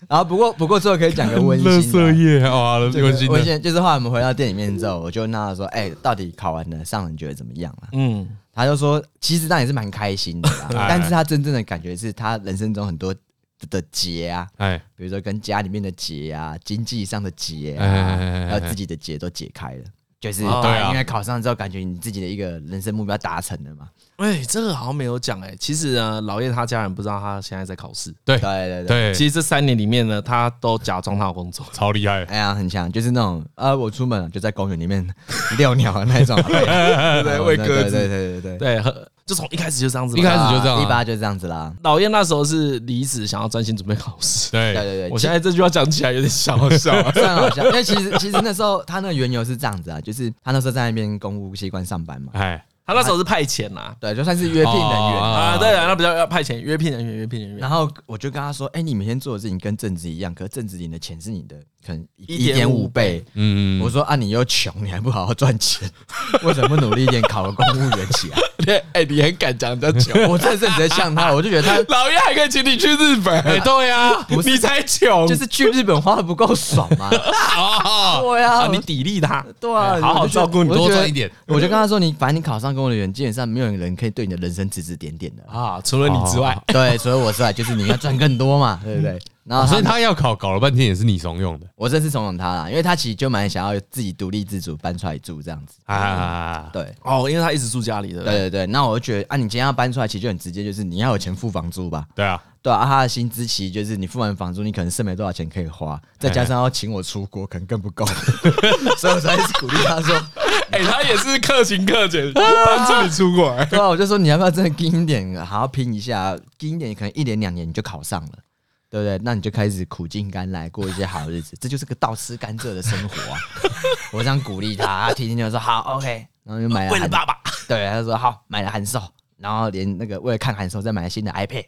Speaker 2: 然后不过不过最后可以讲个 温
Speaker 1: 乐
Speaker 2: 馨
Speaker 1: 色
Speaker 2: 的。
Speaker 1: 叶啊，
Speaker 2: 这
Speaker 1: 温馨
Speaker 2: 个温
Speaker 1: 的，
Speaker 2: 馨就是后来我们回到店里面之后，我就问他说：“哎、到底考完了，上人觉得怎么样啊？”
Speaker 3: 嗯，
Speaker 2: 他就说：“其实那也是蛮开心的啦，
Speaker 1: 哎
Speaker 2: 但是他真正的感觉是他人生中很多的结啊，
Speaker 1: 哎
Speaker 2: 比如说跟家里面的结啊，经济上的结
Speaker 1: 哎哎
Speaker 2: 啊，
Speaker 1: 哎哎
Speaker 2: 还有自己的结都解开了。就是
Speaker 3: 哦
Speaker 1: 对啊
Speaker 2: 因为考上之后，感觉你自己的一个人生目标达成了嘛。
Speaker 3: 哎、这个好像没有讲哎、其实呢，老叶他家人不知道他现在在考试。
Speaker 1: 对
Speaker 2: 对对对，
Speaker 1: 对，
Speaker 3: 其实这三年里面呢，他都假装他有工作。
Speaker 1: 超厉害。
Speaker 2: 哎呀，很强，就是那种啊，我出门了就在公园里面遛鸟的那种，对
Speaker 3: 对喂鸽子
Speaker 2: 对对对对对，
Speaker 3: 对，和就从一开始就这样子嘛。
Speaker 1: 一开始就这样啊
Speaker 2: 一般就这样子啦。
Speaker 3: 老叶那时候是离职，想要专心准备考试。
Speaker 2: 对
Speaker 1: 对，
Speaker 2: 对对，
Speaker 3: 我现在这句话讲起来有点想 笑。
Speaker 2: 虽然好笑，因为其实其实那时候他那个缘由是这样子啊，就是他那时候在那边公务机关上班嘛，
Speaker 1: 哎，
Speaker 3: 他那时候是派遣啊呐，
Speaker 2: 对，就算是约聘人员
Speaker 1: 哦
Speaker 2: 啊。
Speaker 3: 啊，对啊，那比较要派遣，约聘人员，约聘人 员
Speaker 2: 然。后我就跟他说：“哎、你每天做的事情跟正职一样，可是正职领的钱是你的可能一点五
Speaker 3: 1.5
Speaker 2: 倍，
Speaker 1: 嗯，
Speaker 2: 我说啊，你又穷，你还不好好赚钱，为什么不努力一点考个公务员起来？
Speaker 3: 哎，你很敢讲这 久。
Speaker 2: 我这阵子在呛他，我就觉得他
Speaker 3: 老叶还可以请你去日
Speaker 1: 哎，
Speaker 3: 本，
Speaker 1: 对呀，
Speaker 2: 不是
Speaker 3: 你才穷，
Speaker 2: 就是去日本花的不够爽嘛。
Speaker 1: 哦，
Speaker 2: 对啊，
Speaker 3: 啊，
Speaker 2: 我
Speaker 3: 你砥砺他。
Speaker 2: 对啊，
Speaker 3: 哎好好
Speaker 2: 我就觉
Speaker 3: 照
Speaker 2: 得
Speaker 3: 顾你
Speaker 2: 我就
Speaker 1: 多
Speaker 2: 觉得
Speaker 1: 赚一点
Speaker 2: 我就跟他说，你反正你考上公务员，基本上没有人可以对你的人生指指点点的。
Speaker 3: 啊，除了你之外，
Speaker 2: 对，所以我是啊，就是你要赚更多嘛，对不
Speaker 3: 嗯
Speaker 2: 对？然后
Speaker 1: 所以
Speaker 2: 他，
Speaker 1: 他要考，搞了半天也是你怂恿的
Speaker 2: 我这次怂恿他啦，因为他其实就蛮想要自己独立自主搬出来住这样子。
Speaker 1: 啊。
Speaker 2: 对，
Speaker 3: 哦，因为他一直住家里，对不对？
Speaker 2: 对对对，那我就觉得啊，你今天要搬出来，其实就很直接，就是你要有钱付房租吧。
Speaker 1: 对啊，
Speaker 2: 对啊，啊他的薪资其实就是你付完房租，你可能剩没多少钱可以花，再加上要请我出国，可能更不 够，所以我才一直鼓励他说，
Speaker 3: 哎，他也是克勤克 俭，帮助你出国。哎
Speaker 2: 对啊，我就说你要不要真的拼一点，好好拼一下，拼一点，可能一年两年你就考上了，对不对？那你就开始苦尽甘来过一些好日子，这就是个倒吃甘蔗的生 活啊！我这样鼓励他，他听听就说好，OK，然后就买了
Speaker 3: 哦为了
Speaker 2: 韩
Speaker 3: 爸爸，
Speaker 2: 对，他说好，买了函授，然后连那个为了看函授再买了新的 iPad。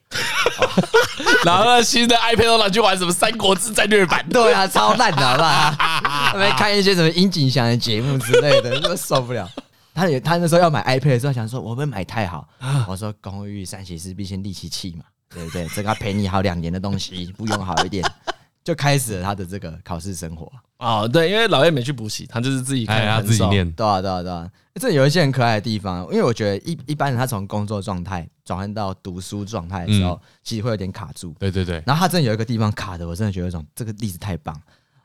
Speaker 3: 然后新的 iPad 都拿去玩什么《三国志战略版》。
Speaker 2: 对啊，超烂的，好不好？他们看一些什么殷景祥的节目之类的， 我受不了。他也他那时候要买 iPad 的时候，想说我会不会买太好？
Speaker 1: 啊
Speaker 2: 我说公欲善其事，必先利其器嘛，对不对？这个要陪你好两年的东西，不用好一点， 就开始了他的这个考试生活。
Speaker 3: 哦，对，因为老叶没去补习，他就是自己
Speaker 1: 哎，
Speaker 3: 看
Speaker 1: 他
Speaker 3: 很
Speaker 1: 自己
Speaker 3: 少
Speaker 1: 念，
Speaker 2: 对啊，对啊，对啊，这有一些很可爱的地方，因为我觉得一一般人他从工作状态转换到读书状态的时候，
Speaker 1: 嗯
Speaker 2: 其实会有点卡住。
Speaker 1: 对对对，
Speaker 2: 然后他真的有一个地方卡的，我真的觉得有一种这个例子太棒。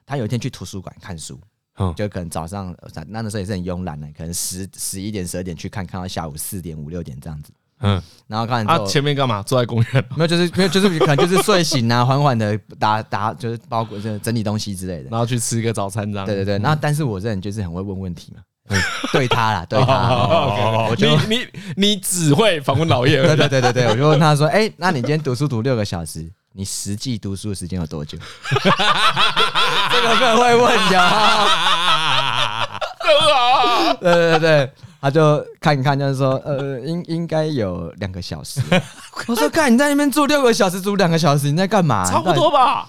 Speaker 2: 他有一天去图书馆看书，
Speaker 1: 嗯
Speaker 2: 就可能早上呃那那时候也是很慵懒的，可能十十一点、十二点去看，看到下午四点、五六点这样子。
Speaker 1: 嗯，
Speaker 2: 然后看完
Speaker 3: 他
Speaker 2: 之后，
Speaker 3: 前面干嘛？坐在公园，
Speaker 2: 没有就是没有就是可能就是睡醒啊，缓缓的打打就是包裹就是整理东西之类的。
Speaker 3: 然后去吃个早餐这样。
Speaker 2: 对对对，那但是我这人就是很会问问题嘛，对他啦，对他啦，
Speaker 3: 哦
Speaker 2: 我
Speaker 3: ，OK，
Speaker 2: 就
Speaker 3: 你你你只会访问 老叶，
Speaker 2: 对对对对对，我就问他说：“哎、那你今天读书读六个小时，你实际读书的时间有多久？”这个更会问的。对对对，他就看一看，就是说，呃，应应该有两个小时。我说：“看你在那边坐六个小时，读两个小时，你在干嘛？”
Speaker 3: 差不多 吧，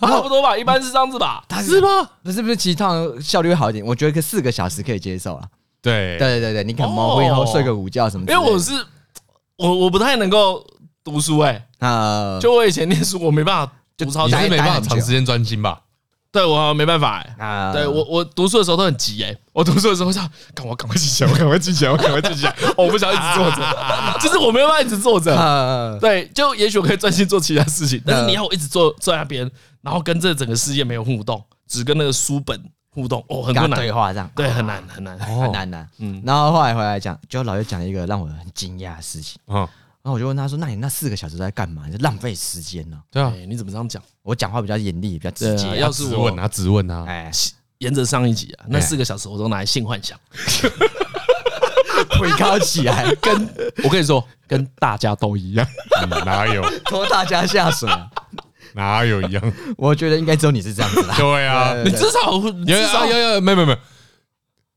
Speaker 3: 差不多吧，一般是这样子吧。
Speaker 2: 你到底，是吗？不是不是，其实通常效率会好一点，我觉得个四个小时可以接受了。
Speaker 1: 对
Speaker 2: 对，对对对，你可能模糊以后
Speaker 3: 哦
Speaker 2: 睡个午觉什么之
Speaker 3: 因
Speaker 2: 类
Speaker 3: 为
Speaker 2: 的。
Speaker 3: 我是我我不太能够读书，哎，
Speaker 2: 啊，
Speaker 3: 就我以前念书，我没办法读超
Speaker 1: 你
Speaker 3: 久
Speaker 1: 是，没办法
Speaker 2: 很久
Speaker 1: 长时间专心吧？
Speaker 3: 对我好像没办法，哎。
Speaker 2: 啊
Speaker 3: 对我，我读书的时候都很急哎、我读书的时候想，赶我赶快记起来，我赶快记起来，我赶快记起来，哦我不想一直坐着，就是我没办法一直坐着。
Speaker 2: 啊，
Speaker 3: 对，就也许我可以专心做其他事情，但是
Speaker 2: 嗯
Speaker 3: 你要我一直坐坐在那边，然后跟这整个世界没有互动，只跟那个书本互动，哦，很
Speaker 2: 跟他
Speaker 3: 困难
Speaker 2: 对，话这样。
Speaker 3: 对，很难很难。
Speaker 2: 很难难。嗯，然后后来回来讲，就老爷讲了一个让我很惊讶的事情，
Speaker 1: 嗯，
Speaker 2: 然后我就问他说：“那你那四个小时都在干嘛？你是浪费时间呢、
Speaker 1: 对啊，
Speaker 3: 哎，你怎么这样讲？
Speaker 2: 我讲话比较严厉，比较直
Speaker 3: 对
Speaker 2: 接
Speaker 3: 啊，
Speaker 2: 啊。
Speaker 3: 要是
Speaker 1: 质
Speaker 3: 我
Speaker 1: 问他，质问他，
Speaker 2: 哎，
Speaker 3: 沿着上一集啊，那
Speaker 1: 哎
Speaker 3: 四个小时我都拿来性幻想，
Speaker 2: 腿高起 来，
Speaker 3: 跟我跟你说，跟大家都一样。
Speaker 1: 嗯哪有
Speaker 2: 拖大家下水。啊
Speaker 1: 哪有一样？
Speaker 2: 我觉得应该只有你是这样子啦。
Speaker 1: 对啊，
Speaker 3: 你至少你
Speaker 1: 有
Speaker 3: 至
Speaker 1: 有
Speaker 3: 少
Speaker 1: 有有有，没有没有没有，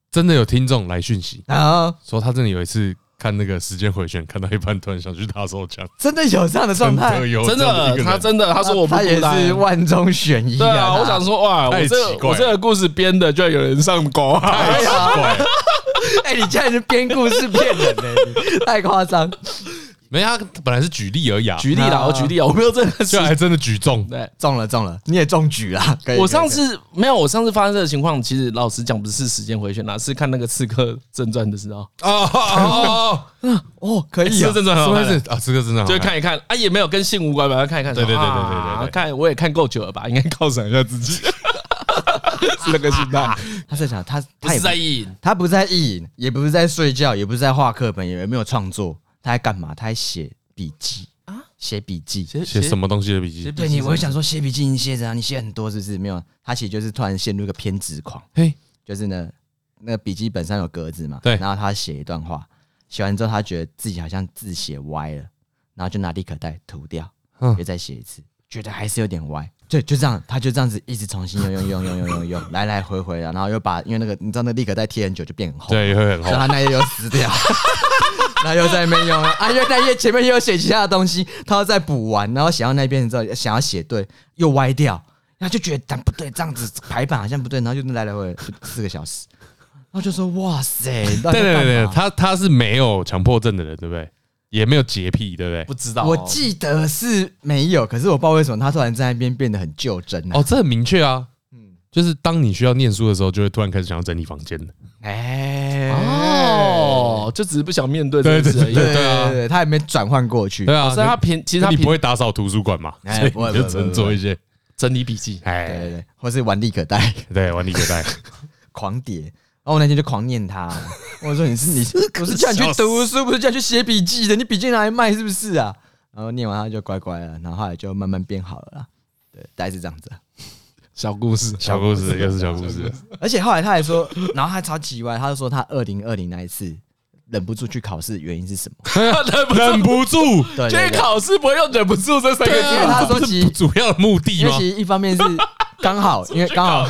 Speaker 1: 真的有听众来讯息
Speaker 2: 然后
Speaker 1: 说，他真的有一次看那个时间回旋，看到一半突然想去打手枪，
Speaker 2: 真的有这样的状
Speaker 1: 真
Speaker 2: 态，
Speaker 1: 的有
Speaker 3: 真
Speaker 1: 这样一个
Speaker 3: 的，
Speaker 1: 人
Speaker 3: 他真的他说我不
Speaker 2: 他也
Speaker 3: 孤单
Speaker 2: 是万中选一
Speaker 3: 对啊，
Speaker 2: 他
Speaker 3: 我想说哇，我
Speaker 1: 太
Speaker 3: 这
Speaker 1: 奇
Speaker 3: 个
Speaker 1: 怪
Speaker 3: 我这个故事编的，居然有人上钩啊！
Speaker 1: 太奇怪了，
Speaker 2: 哎，你竟然是编故事骗人呢、你太夸张。
Speaker 1: 没他本来是举例而已啊，
Speaker 3: 举例啦，
Speaker 2: 啊
Speaker 3: 我举例啊，我没有这个
Speaker 1: 居
Speaker 3: 事
Speaker 1: 然。还真的举中，
Speaker 3: 对，
Speaker 2: 中了中了，你也中举啦。可以
Speaker 3: 我
Speaker 2: 可以
Speaker 3: 上
Speaker 2: 可以
Speaker 3: 次没有，我上次发生这个情况，其实老实讲，不是时间回旋啦，是看那个《刺客正传》的时候，
Speaker 1: 哦哦哦哦，
Speaker 2: 哦，可以
Speaker 3: 刺
Speaker 2: 啊
Speaker 3: 客，正传》
Speaker 1: 什
Speaker 3: 很好
Speaker 1: 么意
Speaker 3: 看
Speaker 1: 思啊？这个真的好
Speaker 3: 就看一看啊，也没有跟性无关吧，看一看。
Speaker 1: 对对对对对对对
Speaker 3: 啊看我也看够久了吧，应该犒赏一下自己，是那个心态，
Speaker 2: 他在想他
Speaker 3: 不
Speaker 2: 他也
Speaker 3: 是
Speaker 2: 不
Speaker 3: 在意淫。
Speaker 2: 他不是在意淫，也不是在睡觉，也不是在画课本，也没有创作，他在干嘛？他在写笔记啊，写笔记。
Speaker 1: 写什么东西的笔
Speaker 3: 写
Speaker 1: 记？
Speaker 2: 对你，我就想说写笔记，你写着啊，你写很多是不是？没有，他其实就是突然陷入一个偏执狂，
Speaker 1: 嘿，
Speaker 2: 就是呢，那个笔记本上有格子嘛，
Speaker 1: 对
Speaker 2: 然后他写一段话，写完之后他觉得自己好像字写歪了，然后就拿立可带涂掉，
Speaker 1: 嗯
Speaker 2: 又再写一次，觉得还是有点歪。对，就这样，他就这样子一直重新用用用用用用用，来来回回的，然后又把因为那个你知道那个立可带贴很久就变很厚，
Speaker 1: 对，会很
Speaker 2: 所以
Speaker 1: 红。
Speaker 2: 他那页又撕掉， 然后又在那边用啊，因为那页前面又有写其他的东西，他要再补完，然后写到那边之后想要写对又歪掉，然后就觉得但不对，这样子排版好像不对，然后就来来回回就四个小时，然后就说哇塞，
Speaker 1: 对
Speaker 2: 对
Speaker 1: 对对对，他他是没有强迫症的人，对不对？也没有洁癖，对不对
Speaker 3: 不？知道哦，
Speaker 2: 我记得是没有，可是我不知道为什么他突然在那边变得很就真啊，
Speaker 1: 哦，这很明确啊。就是当你需要念书的时候，就会突然开始想要整理房间。
Speaker 2: 哎、
Speaker 3: 哦，就只是不想面对这件事而已。
Speaker 2: 对对
Speaker 1: 对啊
Speaker 2: 对对，他还没转换过去
Speaker 1: 对，啊，
Speaker 3: 哦所以他平其实
Speaker 1: 那
Speaker 3: 他
Speaker 1: 你
Speaker 3: 平
Speaker 1: 不会打扫图书馆嘛，
Speaker 2: 哎
Speaker 1: 所以
Speaker 2: 不会
Speaker 1: 你就
Speaker 2: 不会
Speaker 1: 只能做一些
Speaker 3: 整理笔记，
Speaker 2: 对
Speaker 1: 哎，
Speaker 2: 对对，或是玩立可带。
Speaker 1: 对，玩理解带。
Speaker 2: 狂点，然后我那天就狂念他， 我说你是你不是叫你去读书，不是叫你去写笔记的，你笔记拿来卖是不是啊？然后念完他就乖乖了，然后后来就慢慢变好了啦。对，大概是这样子啊。
Speaker 3: 小故事，
Speaker 1: 小故事又是小故事，
Speaker 2: 而且后来他还说，然后他超奇怪，他就说他二零二零那一次忍不住去考试，原因是什么？
Speaker 3: 啊 忍不
Speaker 1: 忍
Speaker 3: 住，
Speaker 1: 不住，
Speaker 2: 对
Speaker 3: 就
Speaker 2: 对
Speaker 3: 是
Speaker 2: 对，
Speaker 3: 考试不会用忍不住这三个
Speaker 1: 对
Speaker 3: 字
Speaker 2: 因为
Speaker 3: 吧。
Speaker 2: 他
Speaker 1: 啊，
Speaker 2: 说
Speaker 1: 这
Speaker 2: 其实
Speaker 1: 是主要的目的
Speaker 2: 因为
Speaker 1: 吗
Speaker 2: 其？实一方面是刚好，因为刚好，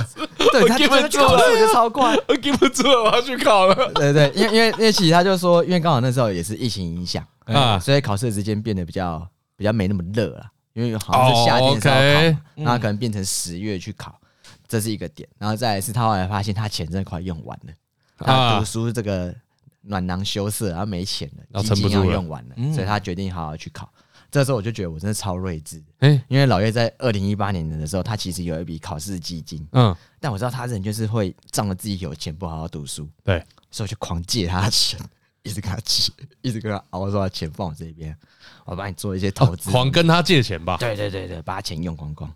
Speaker 2: 对他
Speaker 3: 我根
Speaker 2: 真
Speaker 3: 本
Speaker 2: 的去考试，我觉得超怪。
Speaker 3: 我顶不住 了，我要去考了。
Speaker 2: 对对，因为因为因为其实他就说，因为刚好那时候也是疫情影响，
Speaker 1: 啊，
Speaker 2: 所以考试的时间变得比较比较没那么热了，因为好像是夏天的时候考
Speaker 1: 哦
Speaker 2: 嘛
Speaker 1: ，OK，
Speaker 2: 然后可能变成十月去考，这是一个点。然后再来是他后来发现他钱真的快用完了，
Speaker 1: 啊
Speaker 2: 他读书这个暖囊羞涩，然后没钱
Speaker 1: 然后
Speaker 2: 了，基
Speaker 1: 啊撑不
Speaker 2: 金
Speaker 1: 住了嗯
Speaker 2: 要用完了，所以他决定好好去考。这时候我就觉得我真的超睿智，
Speaker 1: 哎，
Speaker 2: 因为老岳在二零一八年的时候，他其实有一笔考试基金，
Speaker 1: 嗯，
Speaker 2: 但我知道他人就是会仗着自己有钱不好好读书，
Speaker 1: 对，
Speaker 2: 所以我就狂借他的钱，一直跟他借，一直跟他熬说钱放我这边，我帮你做一些投资，
Speaker 1: 狂跟他借钱吧。
Speaker 2: 对对对对，把他钱用光光。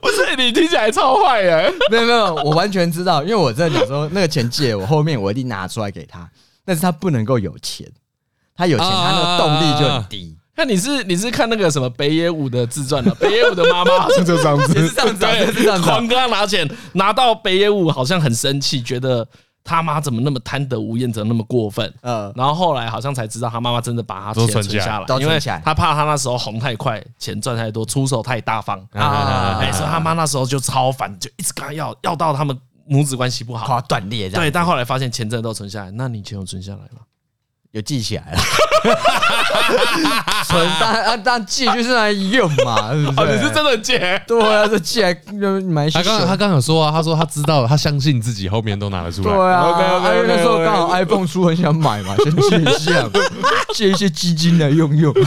Speaker 3: 不是你听起来超坏耶，
Speaker 2: 没有没有，我完全知道，因为我真的想说那个钱借我，后面我一定拿出来给他，但是他不能够有钱，他有钱他那个动力就很低。
Speaker 3: 那你是你是看那个什么北野武的自传的？ 北野武的妈妈好像就这样子，
Speaker 2: 也是这样子啊也是这样子啊
Speaker 3: 狂跟他拿钱，拿到北野武好像很生气，觉得他妈怎么那么贪得无厌，怎么那么过分？
Speaker 2: 呃，
Speaker 3: 然后后来好像才知道他妈妈真的把他钱
Speaker 1: 都存起来
Speaker 3: 下来，
Speaker 2: 都
Speaker 3: 因为
Speaker 2: 存起来
Speaker 3: 他怕他那时候红太快，钱赚太多，出手太大方
Speaker 2: 啊
Speaker 3: 哎，所以他妈那时候就超烦，就一直跟他要，要到他们母子关系不好。
Speaker 2: 夸断裂这样，
Speaker 3: 对，但后来发现钱真的都存下来，那你钱有存下来吗？
Speaker 2: 有记起 来了。存当然当然借就是来用嘛，是不
Speaker 3: 哦，
Speaker 2: 是？
Speaker 3: 你是真的借？
Speaker 2: 对啊，这借来就买一些
Speaker 1: 他刚
Speaker 2: 手
Speaker 1: 他刚有说啊，他说他知道，他相信自己，后面都拿得出
Speaker 2: 对
Speaker 1: 来。
Speaker 2: 啊
Speaker 3: OK，OK，OK，OK
Speaker 2: 因为那时候刚好 iPhone 出，很想 买嘛，先借一下嘛，借一些基金来用用。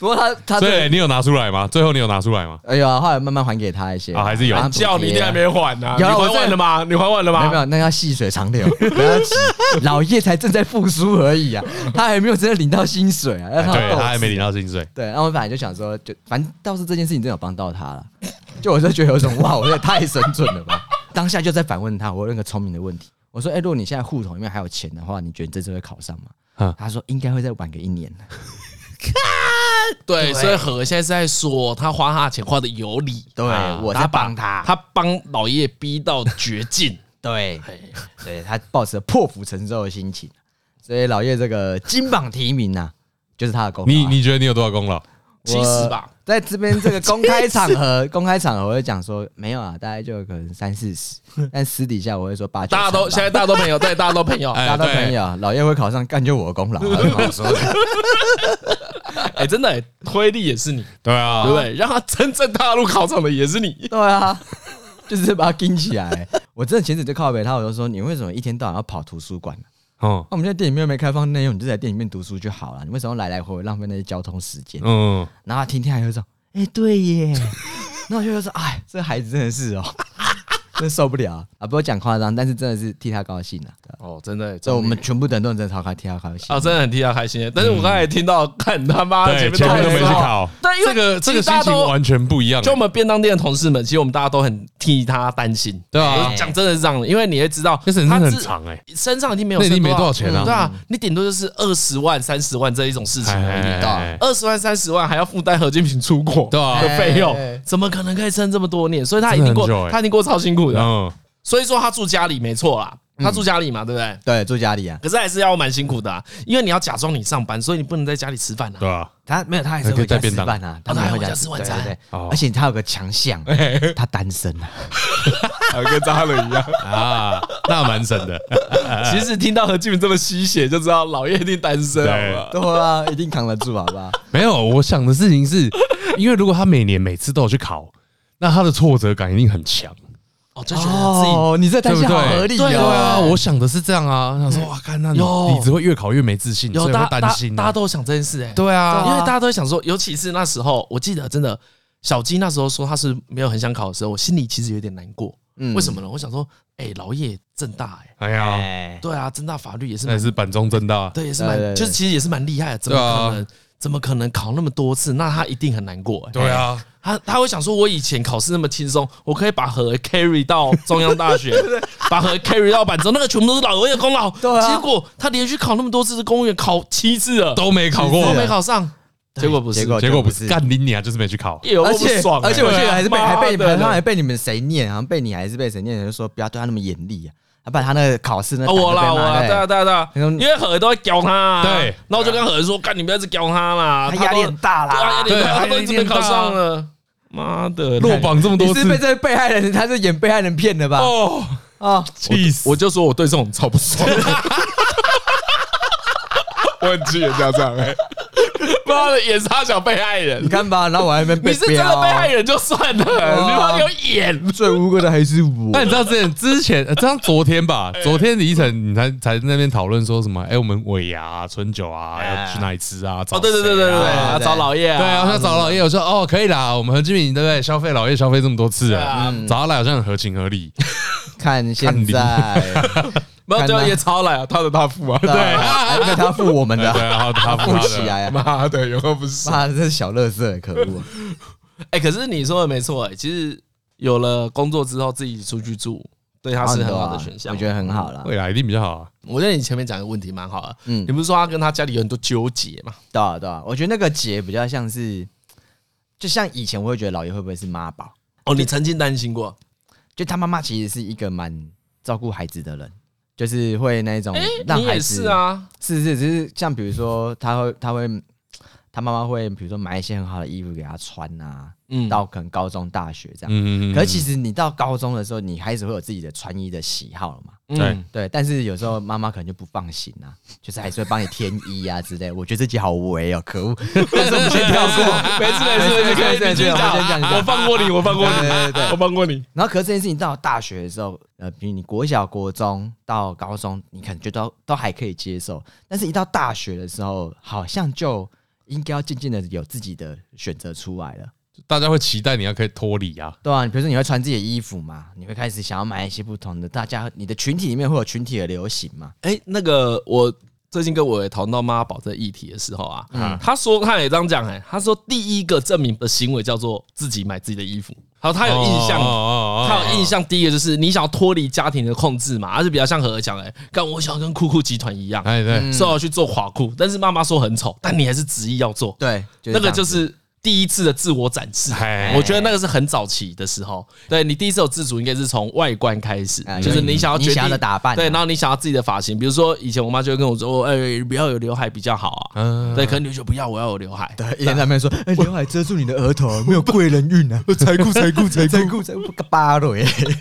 Speaker 2: 不过他他
Speaker 1: 所
Speaker 2: 这
Speaker 1: 以你有拿出来吗？最后你有拿出来吗？
Speaker 2: 哎呀，后来慢慢还给他一些
Speaker 1: 啊还是有
Speaker 2: 然后他补贴啊
Speaker 3: 叫你一定还没还呢、你
Speaker 2: 有啊
Speaker 3: 还
Speaker 2: 我真
Speaker 3: 完
Speaker 2: 的
Speaker 3: 了吗？你还完了
Speaker 2: 没
Speaker 3: 吗？
Speaker 2: 有没有，那要细水长流， 不要急。老叶才正在复苏而已啊，他还没有真的领到薪水啊，让
Speaker 1: 哎对
Speaker 2: 斗
Speaker 1: 他还没
Speaker 2: 志
Speaker 1: 领到薪
Speaker 3: 哦
Speaker 1: 水。
Speaker 2: 对，然后我本来就想说，就反正倒是这件事情真的有帮到他了，就我就觉得有一种哇，我也太神准了吧！当下就在反问他，我问个聪明的问题，我说：“哎、如果你现在户头里面还有钱的话，你觉得你这次会考上吗
Speaker 1: 嗯？”
Speaker 2: 他说：“应该会再晚个一年。
Speaker 3: 对，所以何现在是在说他花他的钱花的有理，
Speaker 2: 对我在
Speaker 3: 把
Speaker 2: 帮啊他
Speaker 3: 他帮老叶逼到绝境。
Speaker 2: 对，对他抱持着破釜沉舟的心情，所以老叶这个金榜题名啊，就是他的功劳啊。
Speaker 1: 你你觉得你有多少功 劳？
Speaker 3: 七十吧，
Speaker 2: 在这边这个公开场合，公开场合我会讲说没有啊，大概就可能三四十，但私底下我会说八九成
Speaker 3: 大
Speaker 2: 吧。
Speaker 3: 家都现在大家都朋友，对，大家都朋 友。
Speaker 2: 大家
Speaker 1: 哎，
Speaker 2: 都朋
Speaker 1: 对，
Speaker 2: 友，啊老叶会考上，干就我的功劳啊，这么 好说的
Speaker 3: 哎，真的、哎推力也是你，
Speaker 1: 对啊，
Speaker 3: 对不对？让他真正踏入考场的也是你。
Speaker 2: 对啊，就是把他盯起来。我真的前几天靠北他，我就说你为什么一天到晚要跑图书馆呢、啊
Speaker 1: 嗯
Speaker 2: 那、我们现在店里面又没开放内容，你就在店里面读书就好了。你为什么要来来回回浪费那些交通时间？
Speaker 1: 嗯，
Speaker 2: 然后他听听还会说，哎、对耶。那我就会说，哎，这孩子真的是哦，真受不了啊！啊不过讲夸张，但是真的是替他高兴啊。
Speaker 3: 哦，真的、
Speaker 2: 所以我们全部的人都很真的超开替他高兴。
Speaker 3: 啊，真的很替他开心。但是我刚才也听到，看他妈
Speaker 1: 嗯
Speaker 3: 的
Speaker 1: 对，
Speaker 3: 面
Speaker 1: 前面都没
Speaker 3: 没
Speaker 1: 去考，
Speaker 3: 对，因
Speaker 1: 这
Speaker 3: 为
Speaker 1: 个
Speaker 3: 其
Speaker 1: 这
Speaker 3: 实
Speaker 1: 个
Speaker 3: 大
Speaker 1: 心
Speaker 3: 家
Speaker 1: 情
Speaker 3: 都
Speaker 1: 完全不一样，欸
Speaker 3: 就我们便当店的同事们，其实我们大家都很替他担心。
Speaker 1: 对啊
Speaker 3: 我，讲真的是这样的，因为你会知道，
Speaker 1: 那是
Speaker 3: 他
Speaker 1: 很
Speaker 3: 自
Speaker 1: 长哎，
Speaker 3: 身上已经没有
Speaker 1: 那已
Speaker 3: 剩
Speaker 1: 经没多少钱了
Speaker 3: 嗯对啊，你顶多就是二十万、三十万这一种事情而
Speaker 1: 哎哎
Speaker 3: 已。
Speaker 1: 哎
Speaker 3: 二十万、三十万还要负担何金平出国
Speaker 1: 对啊
Speaker 3: 的费用
Speaker 2: 哎哎哎，
Speaker 3: 怎么可能可以撑这么多年？所以他一定过
Speaker 1: 真的很久，哎
Speaker 3: 他一定过超辛苦的。
Speaker 1: 嗯，
Speaker 3: 所以说他住家里没错啦，他住家里嘛，对不对？
Speaker 2: 对，住家里啊，
Speaker 3: 可是还是要蛮辛苦的啊，因为你要假装你上班，所以你不能在家里吃饭啊。
Speaker 1: 对啊，
Speaker 2: 他没有，他还是
Speaker 1: 还可
Speaker 2: 会
Speaker 1: 以带
Speaker 2: 在
Speaker 1: 便
Speaker 2: 吃
Speaker 1: 当
Speaker 2: 饭啊，
Speaker 3: 哦他还
Speaker 2: 会
Speaker 3: 回家
Speaker 2: 吃
Speaker 3: 吃晚餐
Speaker 2: 对对对
Speaker 1: 哦
Speaker 2: 而且他有个 强项，他单身啊，
Speaker 1: 跟扎了一样 啊，那蛮神的，
Speaker 3: 其实听到何金平这么吸血，就知道老叶一定单身，
Speaker 1: 对
Speaker 3: 好吧？
Speaker 2: 对啊，一定扛得住，好不好？
Speaker 1: 没有，我想的事情是，因为如果他每年每次都有去考，那他的挫折感一定很强，
Speaker 3: 哦，就觉得自己，
Speaker 2: 你这
Speaker 1: 对
Speaker 2: 担
Speaker 1: 不
Speaker 2: 心好合
Speaker 1: 对？
Speaker 2: 理
Speaker 1: 对啊，
Speaker 2: 哦。
Speaker 1: 我想的是这样啊，想说哇，看那你
Speaker 3: 嗯有
Speaker 1: 你只会越考越没自信，所
Speaker 3: 有
Speaker 1: 以
Speaker 3: 大
Speaker 1: 会
Speaker 3: 大
Speaker 1: 担心啊，
Speaker 3: 大家都有想这件事哎。
Speaker 1: 对啊，
Speaker 3: 因为大家都会想说，尤其是那时候，我记得真的小鸡那时候说他是没有很想考的时候，我心里其实有点难过。
Speaker 2: 嗯
Speaker 3: 为什么呢？我想说，哎、老叶正大、哎，
Speaker 1: 哎呀，
Speaker 2: 哎，
Speaker 3: 对啊，正大法律也是
Speaker 1: 那也
Speaker 3: 蛮，
Speaker 1: 是板中正大，
Speaker 3: 对，也是
Speaker 2: 对
Speaker 3: 蛮，
Speaker 2: 对对
Speaker 3: 就是其实也是蛮厉害的，怎么可能？怎么可能考那么多次？那他一定很难过、哎
Speaker 1: 对啊，
Speaker 3: 他他会想说，我以前考试那么轻松，我可以把河 carry 到中央大学，把河 carry 到板中，那个全部都是老叶的功劳。
Speaker 2: 对啊
Speaker 3: 结果他连续考那么多次的公务员，考七次了，
Speaker 1: 都没考过
Speaker 3: 都，没考上，结果不是，哎
Speaker 2: 结果
Speaker 1: 啊结果不
Speaker 2: 就是不是
Speaker 1: 干你娘，就是没去考，
Speaker 3: 有
Speaker 2: 而且而且我记得还是被还被你们，好像还
Speaker 3: 啊
Speaker 2: 被你们谁念，好像被你还是被谁念，就说不要对他那么严厉啊，他把他那个考试那个
Speaker 3: 我啦
Speaker 2: 打
Speaker 3: 我
Speaker 2: 得被骂
Speaker 3: 啦，
Speaker 2: 对
Speaker 3: 对啊对啊对啊，
Speaker 2: 哎那种
Speaker 3: 因为何都会教他啊，
Speaker 1: 对
Speaker 3: 那我就跟何说，干你不要一直教他啦，
Speaker 2: 他啊压力
Speaker 3: 都
Speaker 2: 很大
Speaker 3: 对啊，压
Speaker 2: 啦。
Speaker 3: 力很大，
Speaker 1: 对
Speaker 3: 他都已经没考上了，妈的，
Speaker 1: 落榜这么
Speaker 2: 你
Speaker 1: 多
Speaker 2: 是被
Speaker 1: 次，
Speaker 2: 这被害人，他是演被害人骗的吧？
Speaker 1: 哦，
Speaker 2: 啊，
Speaker 1: 气死！
Speaker 3: 我就说我对 这种超不爽，
Speaker 1: 我很气人家这样哎，不要演傻小被害人
Speaker 2: 你，看吧，然后我还没被
Speaker 3: 你是真的被哦害人就算了，你妈有演。
Speaker 2: 标最无辜的还是我。
Speaker 1: 那你知道之前之前，呃，这样昨天吧，
Speaker 3: 哎
Speaker 1: 昨天李依晨你才才在那边讨论说什么？哎、我们尾牙、啊、春酒啊，
Speaker 2: 哎
Speaker 1: 要去哪里吃啊？找
Speaker 3: 哦，对对对对
Speaker 1: 谁
Speaker 3: 对
Speaker 1: 啊
Speaker 3: 对，要找老叶啊，
Speaker 1: 对 啊，我想找老叶，我说哦，可以啦，我们何志明对不对？消费老叶消费这么多次
Speaker 3: 啊
Speaker 1: 了，找他来好像很合情合 理。
Speaker 2: 看现在，
Speaker 3: 没有，
Speaker 2: 看
Speaker 3: 最后
Speaker 2: 到
Speaker 3: 也超来啊，他的他付啊，
Speaker 2: 对，还因为他付我们 的，
Speaker 1: 对啊，他
Speaker 2: 付起来啊！
Speaker 3: 妈的，有个不是。
Speaker 2: 妈的，这是小乐色，可恶！
Speaker 3: 哎、可是你说的没错、哎，其实有了工作之后自己出去住，哦对啊他是很好的选项。
Speaker 2: 啊
Speaker 3: 嗯
Speaker 2: 我觉得很好啦。
Speaker 1: 未来一定比较好啊。
Speaker 3: 我觉得你前面讲的问题蛮好的，
Speaker 2: 嗯
Speaker 3: 你，不是说他跟他家里有很多纠结嘛？
Speaker 2: 对啊，对啊，我觉得那个姐比较像是，就像以前我会觉得老爷会不会是妈宝？
Speaker 3: 哦，你曾经担心过，
Speaker 2: 就他妈妈其实是一个蛮照顾孩子的人，就是会那种让
Speaker 3: 哎你
Speaker 2: 孩
Speaker 3: 也
Speaker 2: 子
Speaker 3: 是啊，
Speaker 2: 是是，只是像比如说，他会他会他妈妈会比如说买一些很好的衣服给他穿啊，
Speaker 3: 嗯，
Speaker 2: 到可能高中、大学
Speaker 3: 啊
Speaker 2: 这样。
Speaker 1: 嗯，
Speaker 2: 可是其实你到高中的时候，你开始会有自己的穿衣的喜好了嘛？
Speaker 1: 对
Speaker 3: 嗯，
Speaker 2: 对，但是有时候妈妈可能就不放心啊，就是还是会帮你添衣啊之类。我觉得这集好无为哦，可恶！ 但是我们先跳 过。
Speaker 3: 没事没事，你可以你继续
Speaker 2: 我先讲
Speaker 3: 讲，我放过你，我放过
Speaker 2: 对
Speaker 3: 你，
Speaker 2: 对对。
Speaker 3: 我放过你。
Speaker 2: 然后，可是这件事情到大学的时候，呃，比如你国小、国中到高中，你可能就都都还可以接受，但是一到大学的时候，好像就应该要渐渐的有自己的选择出来了，
Speaker 1: 大家会期待你要可以脱离啊。
Speaker 2: 对啊，比如说你会穿自己的衣服嘛，你会开始想要买一些不同的，大家你的群体里面会有群体的流行嘛，
Speaker 3: 哎、那个我最近跟我也讨论到妈宝这议题的时候啊，
Speaker 2: 嗯
Speaker 3: 他说他也这样讲，哎，他说第一个证明的行为叫做自己买自己的衣服，好，他有印
Speaker 1: 哦
Speaker 3: 象。
Speaker 2: 哦
Speaker 3: 他有印象，第一个就是你想要脱离家庭的控制嘛，而且比较像何尔讲哎，干我想要跟酷酷集团一样，
Speaker 1: 哎
Speaker 2: 嗯
Speaker 1: 对，
Speaker 3: 说要去做垮酷，但是妈妈说很丑，但你还是执意要做，
Speaker 2: 对，
Speaker 3: 那个就是第一次的自我展示
Speaker 1: 哎。
Speaker 3: 我觉得那个是很早期的时候，对你第一次有自主，应该是从外观开始
Speaker 1: 啊
Speaker 2: 哎，
Speaker 3: 就是你想要
Speaker 2: 你
Speaker 3: 决定
Speaker 2: 想要的打扮啊
Speaker 3: 对，然后你想要自己的发型，比如说以前我妈就会跟我说，哎，不要有刘海比较好啊，
Speaker 1: 嗯，
Speaker 3: 对，可能你就觉得不要，我要有刘海，
Speaker 2: 对，一天在那边说，哎，刘海遮住你的额头，没有贵人运啊！财库，财库， 财库，财库，财库，个巴雷。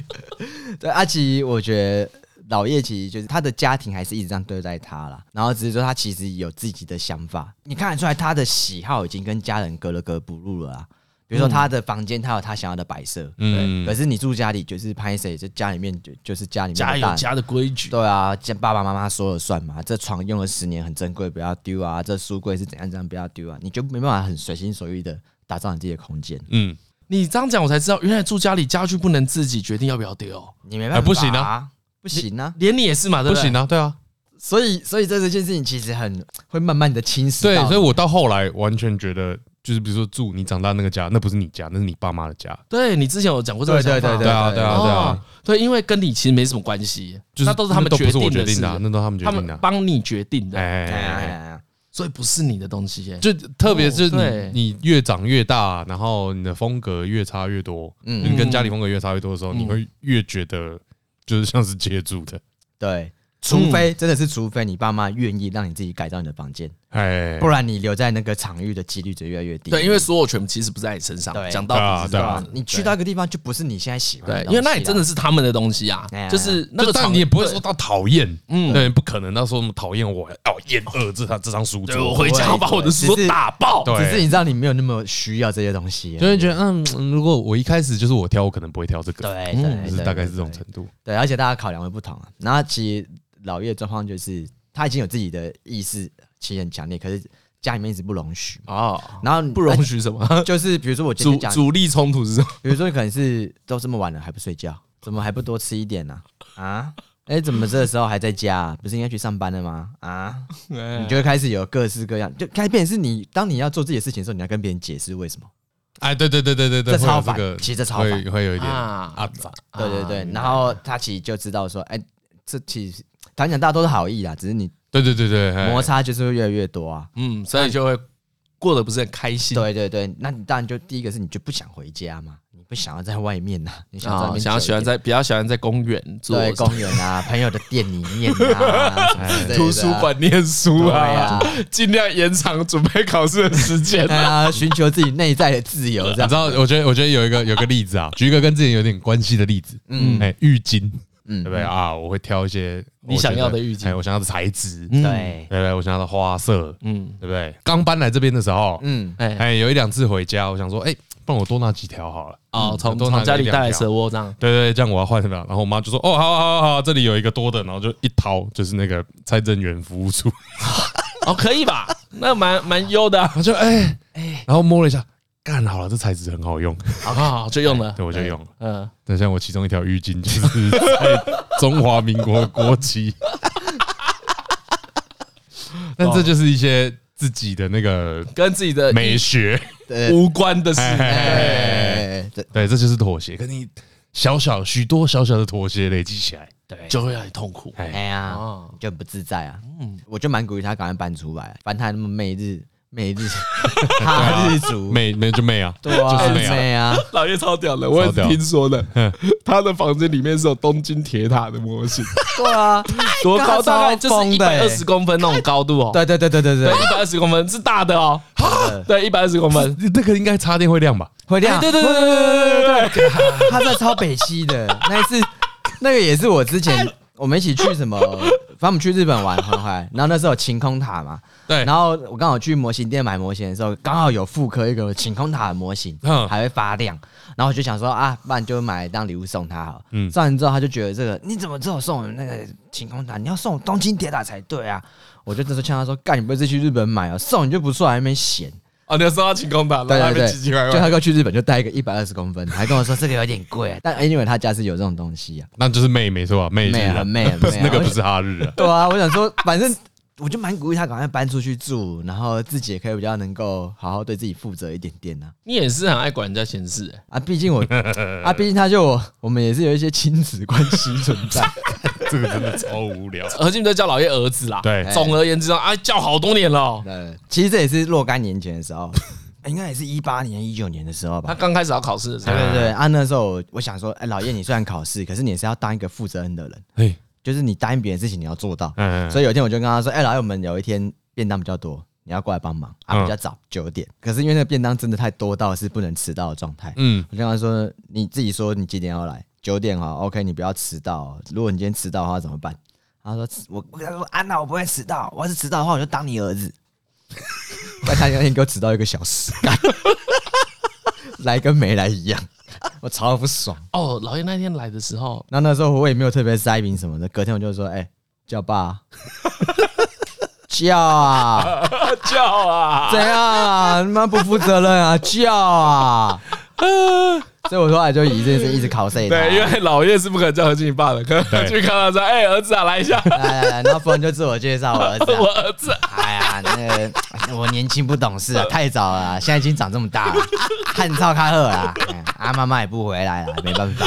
Speaker 2: 对，阿奇，我觉得老叶其实就是他的家庭还是一直这样对待他啦，然后只是说他其实有自己的想法，你看得出来他的喜好已经跟家人格了格不入了啊。比如说他的房间，他有他想要的摆设，
Speaker 1: 嗯
Speaker 2: 嗯，可是你住家里就是拍谁，就家里面就就是家里面的
Speaker 3: 家
Speaker 2: 大
Speaker 3: 有家的规矩，
Speaker 2: 对啊，见爸爸妈妈说了算嘛。这床用了十年，很珍贵，不要丢啊。这书柜是怎样怎样，不要丢啊。你就没办法很随心所欲的打造你自己的空间，
Speaker 1: 嗯，
Speaker 3: 你这样讲我才知道，原来住家里家具不能自己决定要不要丢，
Speaker 2: 你没办法、
Speaker 1: 哎不行
Speaker 2: 啊，不行啊。
Speaker 3: 连你也是嘛，对
Speaker 1: 不
Speaker 3: 不对？
Speaker 1: 行啊，对啊，
Speaker 2: 所以，所以这件事情其实很会慢慢的侵蚀
Speaker 1: 对，
Speaker 2: 到你。
Speaker 1: 所以我到后来完全觉得，就是比如说住你长大那个家，那不是你家，那是你爸妈的家。
Speaker 3: 对你之前有讲过这个
Speaker 2: 对对
Speaker 3: 想法
Speaker 2: 对
Speaker 1: 对
Speaker 3: 吗，
Speaker 1: 啊对啊对啊
Speaker 3: 哦，对，因为跟你其实没什么关系，
Speaker 1: 就是
Speaker 3: 那都是他们
Speaker 1: 那都不是我
Speaker 3: 决
Speaker 1: 决
Speaker 3: 定
Speaker 1: 定的啊，
Speaker 3: 事
Speaker 1: 那都他们决
Speaker 3: 他
Speaker 1: 定的
Speaker 3: 们
Speaker 1: 啊。
Speaker 3: 帮你决定
Speaker 1: 哎
Speaker 3: 的，
Speaker 1: 哎
Speaker 2: 哎
Speaker 1: 哎
Speaker 2: 哎
Speaker 1: 哎，
Speaker 2: 哎哎
Speaker 3: 所以不是你的东西耶。
Speaker 1: 就特别是
Speaker 3: 哦对
Speaker 1: 你，你越长越大，然后你的风格越差越多，
Speaker 2: 嗯，
Speaker 3: 啊
Speaker 1: 你跟家里风格越差越多的时候，你会越觉得就是像是接住的，
Speaker 2: 对。除非、真的是，除非你爸妈愿意让你自己改造你的房间，
Speaker 1: 哎
Speaker 2: 不，然你留在那个场域的几率就越来越低。
Speaker 3: 对，因为所有权其实不在你身上，
Speaker 2: 对
Speaker 3: 讲
Speaker 1: 对
Speaker 3: 到
Speaker 1: 啊
Speaker 3: 底是
Speaker 1: 对
Speaker 3: 这
Speaker 1: 啊
Speaker 3: 样
Speaker 2: 啊
Speaker 3: 子，
Speaker 2: 你去到一个地方就不是你现在喜欢的
Speaker 3: 对，
Speaker 2: 东
Speaker 3: 因
Speaker 2: 西啊
Speaker 3: 为
Speaker 2: 啦，
Speaker 3: 那里真的是他们的东西啊
Speaker 2: 哎，呀
Speaker 3: 就是那
Speaker 1: 就
Speaker 3: 个
Speaker 1: 但
Speaker 3: 场
Speaker 1: 你也不会说到讨厌，
Speaker 3: 嗯
Speaker 1: 对，不可能到说我们讨厌我哦厌恶这张这张书
Speaker 3: 对，
Speaker 1: 桌，
Speaker 3: 我回家把我的书
Speaker 2: 只是
Speaker 3: 打爆，
Speaker 1: 对
Speaker 2: 只是你知道你没有那么需要这些东西而已，啊
Speaker 1: 就会觉得嗯，嗯如果我一开始就是我挑，我可能不会挑这个，
Speaker 2: 对
Speaker 1: 就
Speaker 2: 对，
Speaker 1: 是
Speaker 2: 对
Speaker 1: 大概是这种程度。
Speaker 2: 对，而且大家考量会不同啊。然后其实老叶的状况就是他已经有自己的意识，其实很强烈，可是家里面一直不容许嘛。
Speaker 3: 哦，
Speaker 2: 然后呃
Speaker 3: 不容许什么
Speaker 2: 就是比如说我今
Speaker 3: 主
Speaker 2: 哎天讲，
Speaker 3: 主力冲突是什么？
Speaker 2: 比如说你可能是都这么晚了还不睡觉，怎么还不多吃一点呢、啊？啊？哎、怎么这个时候还在家、啊不是应该去上班了吗？ 啊，
Speaker 3: 哎
Speaker 2: 你就会开始有各式各样，就开始变成是你，当你要做自己的事情的时候，你要跟别人解释为什么。
Speaker 1: 哎，对对对对对对，
Speaker 2: 这
Speaker 1: 会有
Speaker 2: 超烦
Speaker 1: 个
Speaker 2: 其实这超
Speaker 1: 会
Speaker 2: 烦
Speaker 1: 会有一点
Speaker 3: 啊
Speaker 1: 啊烦。
Speaker 2: 对对对，
Speaker 3: 啊
Speaker 2: 然后他其实就知道说，哎、这其实坦讲大家都是好意啦，只是你
Speaker 1: 对对对对，哎
Speaker 2: 摩擦就是会越来越多啊。
Speaker 3: 嗯，所以就会过得不是很开心，
Speaker 2: 对对对，那你当然就第一个是你就不想回家嘛，你不想要在外面呐、你想要在外
Speaker 3: 啊，
Speaker 2: 面
Speaker 3: 想要
Speaker 2: 久一
Speaker 3: 喜欢
Speaker 2: 点
Speaker 3: 在比较喜欢在公园做
Speaker 2: 对公园啊、朋友的店里面 啊、什么之类的啊
Speaker 3: 图书。馆念书啊
Speaker 2: 对，
Speaker 3: 尽量延长准备考试的时间
Speaker 2: 对。啊，寻求自己内在的自 由，这
Speaker 1: 呃你
Speaker 2: 样
Speaker 1: 知道，我觉得我觉得有一个有个例子啊，举一个跟自己有点关系的例子，嗯，哎，浴巾，对不对啊？我会挑一些
Speaker 3: 你想要的
Speaker 1: 我觉得
Speaker 3: 预计
Speaker 1: 哎我想要的材质，对
Speaker 2: 对
Speaker 1: 不，对？我想要的花色，
Speaker 3: 嗯，
Speaker 1: 对不对？刚搬来这边的时候，
Speaker 2: 嗯，
Speaker 3: 哎，
Speaker 1: 哎，有一两次回家，我想说，哎，不然我多拿几条好了。
Speaker 3: 哦，从
Speaker 1: 多拿
Speaker 3: 从家
Speaker 1: 一
Speaker 3: 里
Speaker 1: 两
Speaker 3: 带来
Speaker 1: 条
Speaker 3: 蛇窝这样，
Speaker 1: 对对，对这样我要换什么？然后我妈就说：“哦，好好好好，这里有一个多的。”然后就一掏，就是那个蔡正元服务处，
Speaker 3: 哦，可以吧？那蛮蛮优的啊，
Speaker 1: 然后就哎哎，然后摸了一下，干好了，这材质很好用，
Speaker 3: 好好好，就用了，
Speaker 1: 对我就用了。
Speaker 3: 嗯，
Speaker 1: 等像我其中一条浴巾就是在中华民国的国旗， 但这就是一些自己的那个
Speaker 3: 跟自己的
Speaker 1: 美学，
Speaker 2: 对，
Speaker 3: 无关的事，
Speaker 2: 哎，这
Speaker 1: 对，这就是妥协。可你小小许多小小的妥协累积起来，
Speaker 2: 对，
Speaker 3: 就会让你痛苦。
Speaker 2: 哎
Speaker 1: 哎，
Speaker 2: 呀
Speaker 3: 哦，
Speaker 2: 就很不自在啊。嗯，我就蛮鼓励他赶快搬出来，反正他那么媚日 媚日哈日族，
Speaker 1: 妹妹就妹啊，
Speaker 2: 对啊，
Speaker 1: 就是妹啊。
Speaker 2: 媚啊，
Speaker 3: 老爷超屌的，我也是
Speaker 1: 超屌
Speaker 3: 听说的。他的房间里面是有东京铁塔的模 型，
Speaker 2: 对啊，
Speaker 3: 多高？
Speaker 2: 干超
Speaker 3: 大概就是一
Speaker 2: 疯的
Speaker 3: 百
Speaker 2: 欸
Speaker 3: 二十公分那种高度哦。
Speaker 2: 对对对对对
Speaker 3: 对，
Speaker 2: 对，
Speaker 3: 一百二十公分是大的哦。
Speaker 2: 真的
Speaker 3: 对，一百二十
Speaker 2: 啊
Speaker 3: 公分。
Speaker 1: 那个应该插电会亮吧？
Speaker 2: 会亮，
Speaker 3: 对对对对对对对对。
Speaker 2: 他在超北西的那一次， 那个也是我之前我们一起去什么，反正我们去日本玩很嗨，然后那时候有晴空塔嘛，
Speaker 1: 对
Speaker 2: 然后我刚好去模型店买模型的时候，刚好有复刻一个晴空塔的模型，
Speaker 1: 嗯
Speaker 2: 还会发亮，然后我就想说啊，不然就买当礼物送他好了，
Speaker 1: 嗯
Speaker 2: 送完之后他就觉得这个你怎么只有送我那个晴空塔，你要送我东京铁塔才对啊，我就这时候呛他说，干你不是去日本买啊，送你就不算，还没闲。
Speaker 3: 哦，你有收到晴空 塔，
Speaker 2: 对
Speaker 3: 然后还
Speaker 2: 对对
Speaker 3: 被奇奇怪
Speaker 2: 就
Speaker 3: 怪。
Speaker 2: 他哥去日本就带一个一百二十公分，还跟我说这个有点贵，啊 但 anyway 他家是有这种东西啊，
Speaker 1: 那就是妹没错吧？妹
Speaker 2: 妹
Speaker 1: 是
Speaker 2: 啊妹啊妹啊
Speaker 1: 那个不是哈 日啊，
Speaker 2: 对啊，我想说反正我就蛮鼓励他赶快搬出去住，然后自己也可以比较能够好好对自己负责一点点啊
Speaker 3: 你也是很爱管人家闲事欸，
Speaker 2: 啊，毕竟 我啊，毕竟他就我我们也是有一些亲子关系存在，
Speaker 1: 这个真的超无聊。
Speaker 3: 何进都叫老爷儿子啦。
Speaker 1: 对
Speaker 3: 总而言之啊，哎叫好多年了哦。
Speaker 2: 呃，其实这也是若干年前的时 候，哎应该也是一八年一九年的时候吧
Speaker 3: 他。刚开始要考试的时
Speaker 2: 对
Speaker 3: 候，
Speaker 2: 对对，啊，那时候我我想说，哎、老叶，你虽然考试，可是你也是要当一个负责任的人，
Speaker 1: 嘿，
Speaker 2: 就是你答应别人的事情你要做到。
Speaker 1: 嗯，
Speaker 2: 所以有一天我就跟他说：“哎、老友们，有一天便当比较多，你要过来帮忙啊，
Speaker 1: 嗯
Speaker 2: 比较早九点。可是因为那个便当真的太多到是不能迟到的状态。
Speaker 1: 嗯，
Speaker 2: 我就跟他说：你自己说你几点要来？九点哦 o k 你不要迟到哦。如果你今天迟到的话怎么办？他说：我我跟他说安娜，我不会迟到。我要是迟到的话，我就当你儿子。但他那天给我迟到一个小时，干 来跟没来一样，我超不爽。
Speaker 3: 哦，老爷那天来的时候，
Speaker 2: 那那时候我也没有特别塞明什么的，隔天我就说，哎、叫爸、 啊，叫啊，
Speaker 3: 叫 啊，
Speaker 2: 怎样啊？他妈不负责任啊，叫啊！所以我说，哎，就以这件事一直考 C 他。
Speaker 3: 对，因为老叶是不可能叫何进你爸的，可能何进看到说：“哎、儿子啊，来一下，
Speaker 2: 来来来，然后夫人就自我介绍，我儿子、啊
Speaker 3: 我。儿子、啊。
Speaker 2: 哎呀，那个我年轻不懂事啊，太早了啊、现在已经长这么大了，汗超开喝啦，哎啊妈妈也不回来了，没办 法。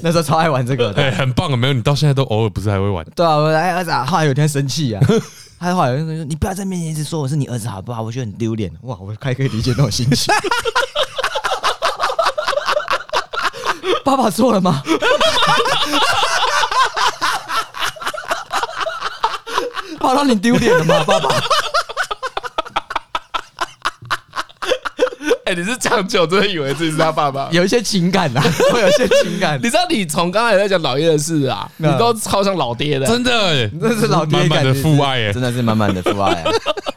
Speaker 2: 那时候超爱玩这个的，
Speaker 1: 哎，很棒啊！没有，你到现在都偶尔不是还会玩？
Speaker 2: 对啊，我哎儿子啊，后来有一天生气啊， 他后来有一天说：“你不要在面前一直说我是你儿子好不好？我觉得很丢脸。”哇，我快可以理解那种心情。 爸爸错了吗？ 爸让你丢脸了吗？爸爸，
Speaker 3: 哎，你是讲久，真的以为自己是他爸爸。
Speaker 2: 有一些情感 啊，会有一些情感
Speaker 3: 你，知道，你从刚才在讲老叶的事啊，你
Speaker 2: 嗯
Speaker 3: 都超像老爹的。
Speaker 1: 真的耶，
Speaker 2: 这啊是老爹
Speaker 1: 满满
Speaker 2: 感
Speaker 1: 的
Speaker 2: 觉
Speaker 1: 父爱耶呃
Speaker 2: 真。的是满满的父爱、 啊，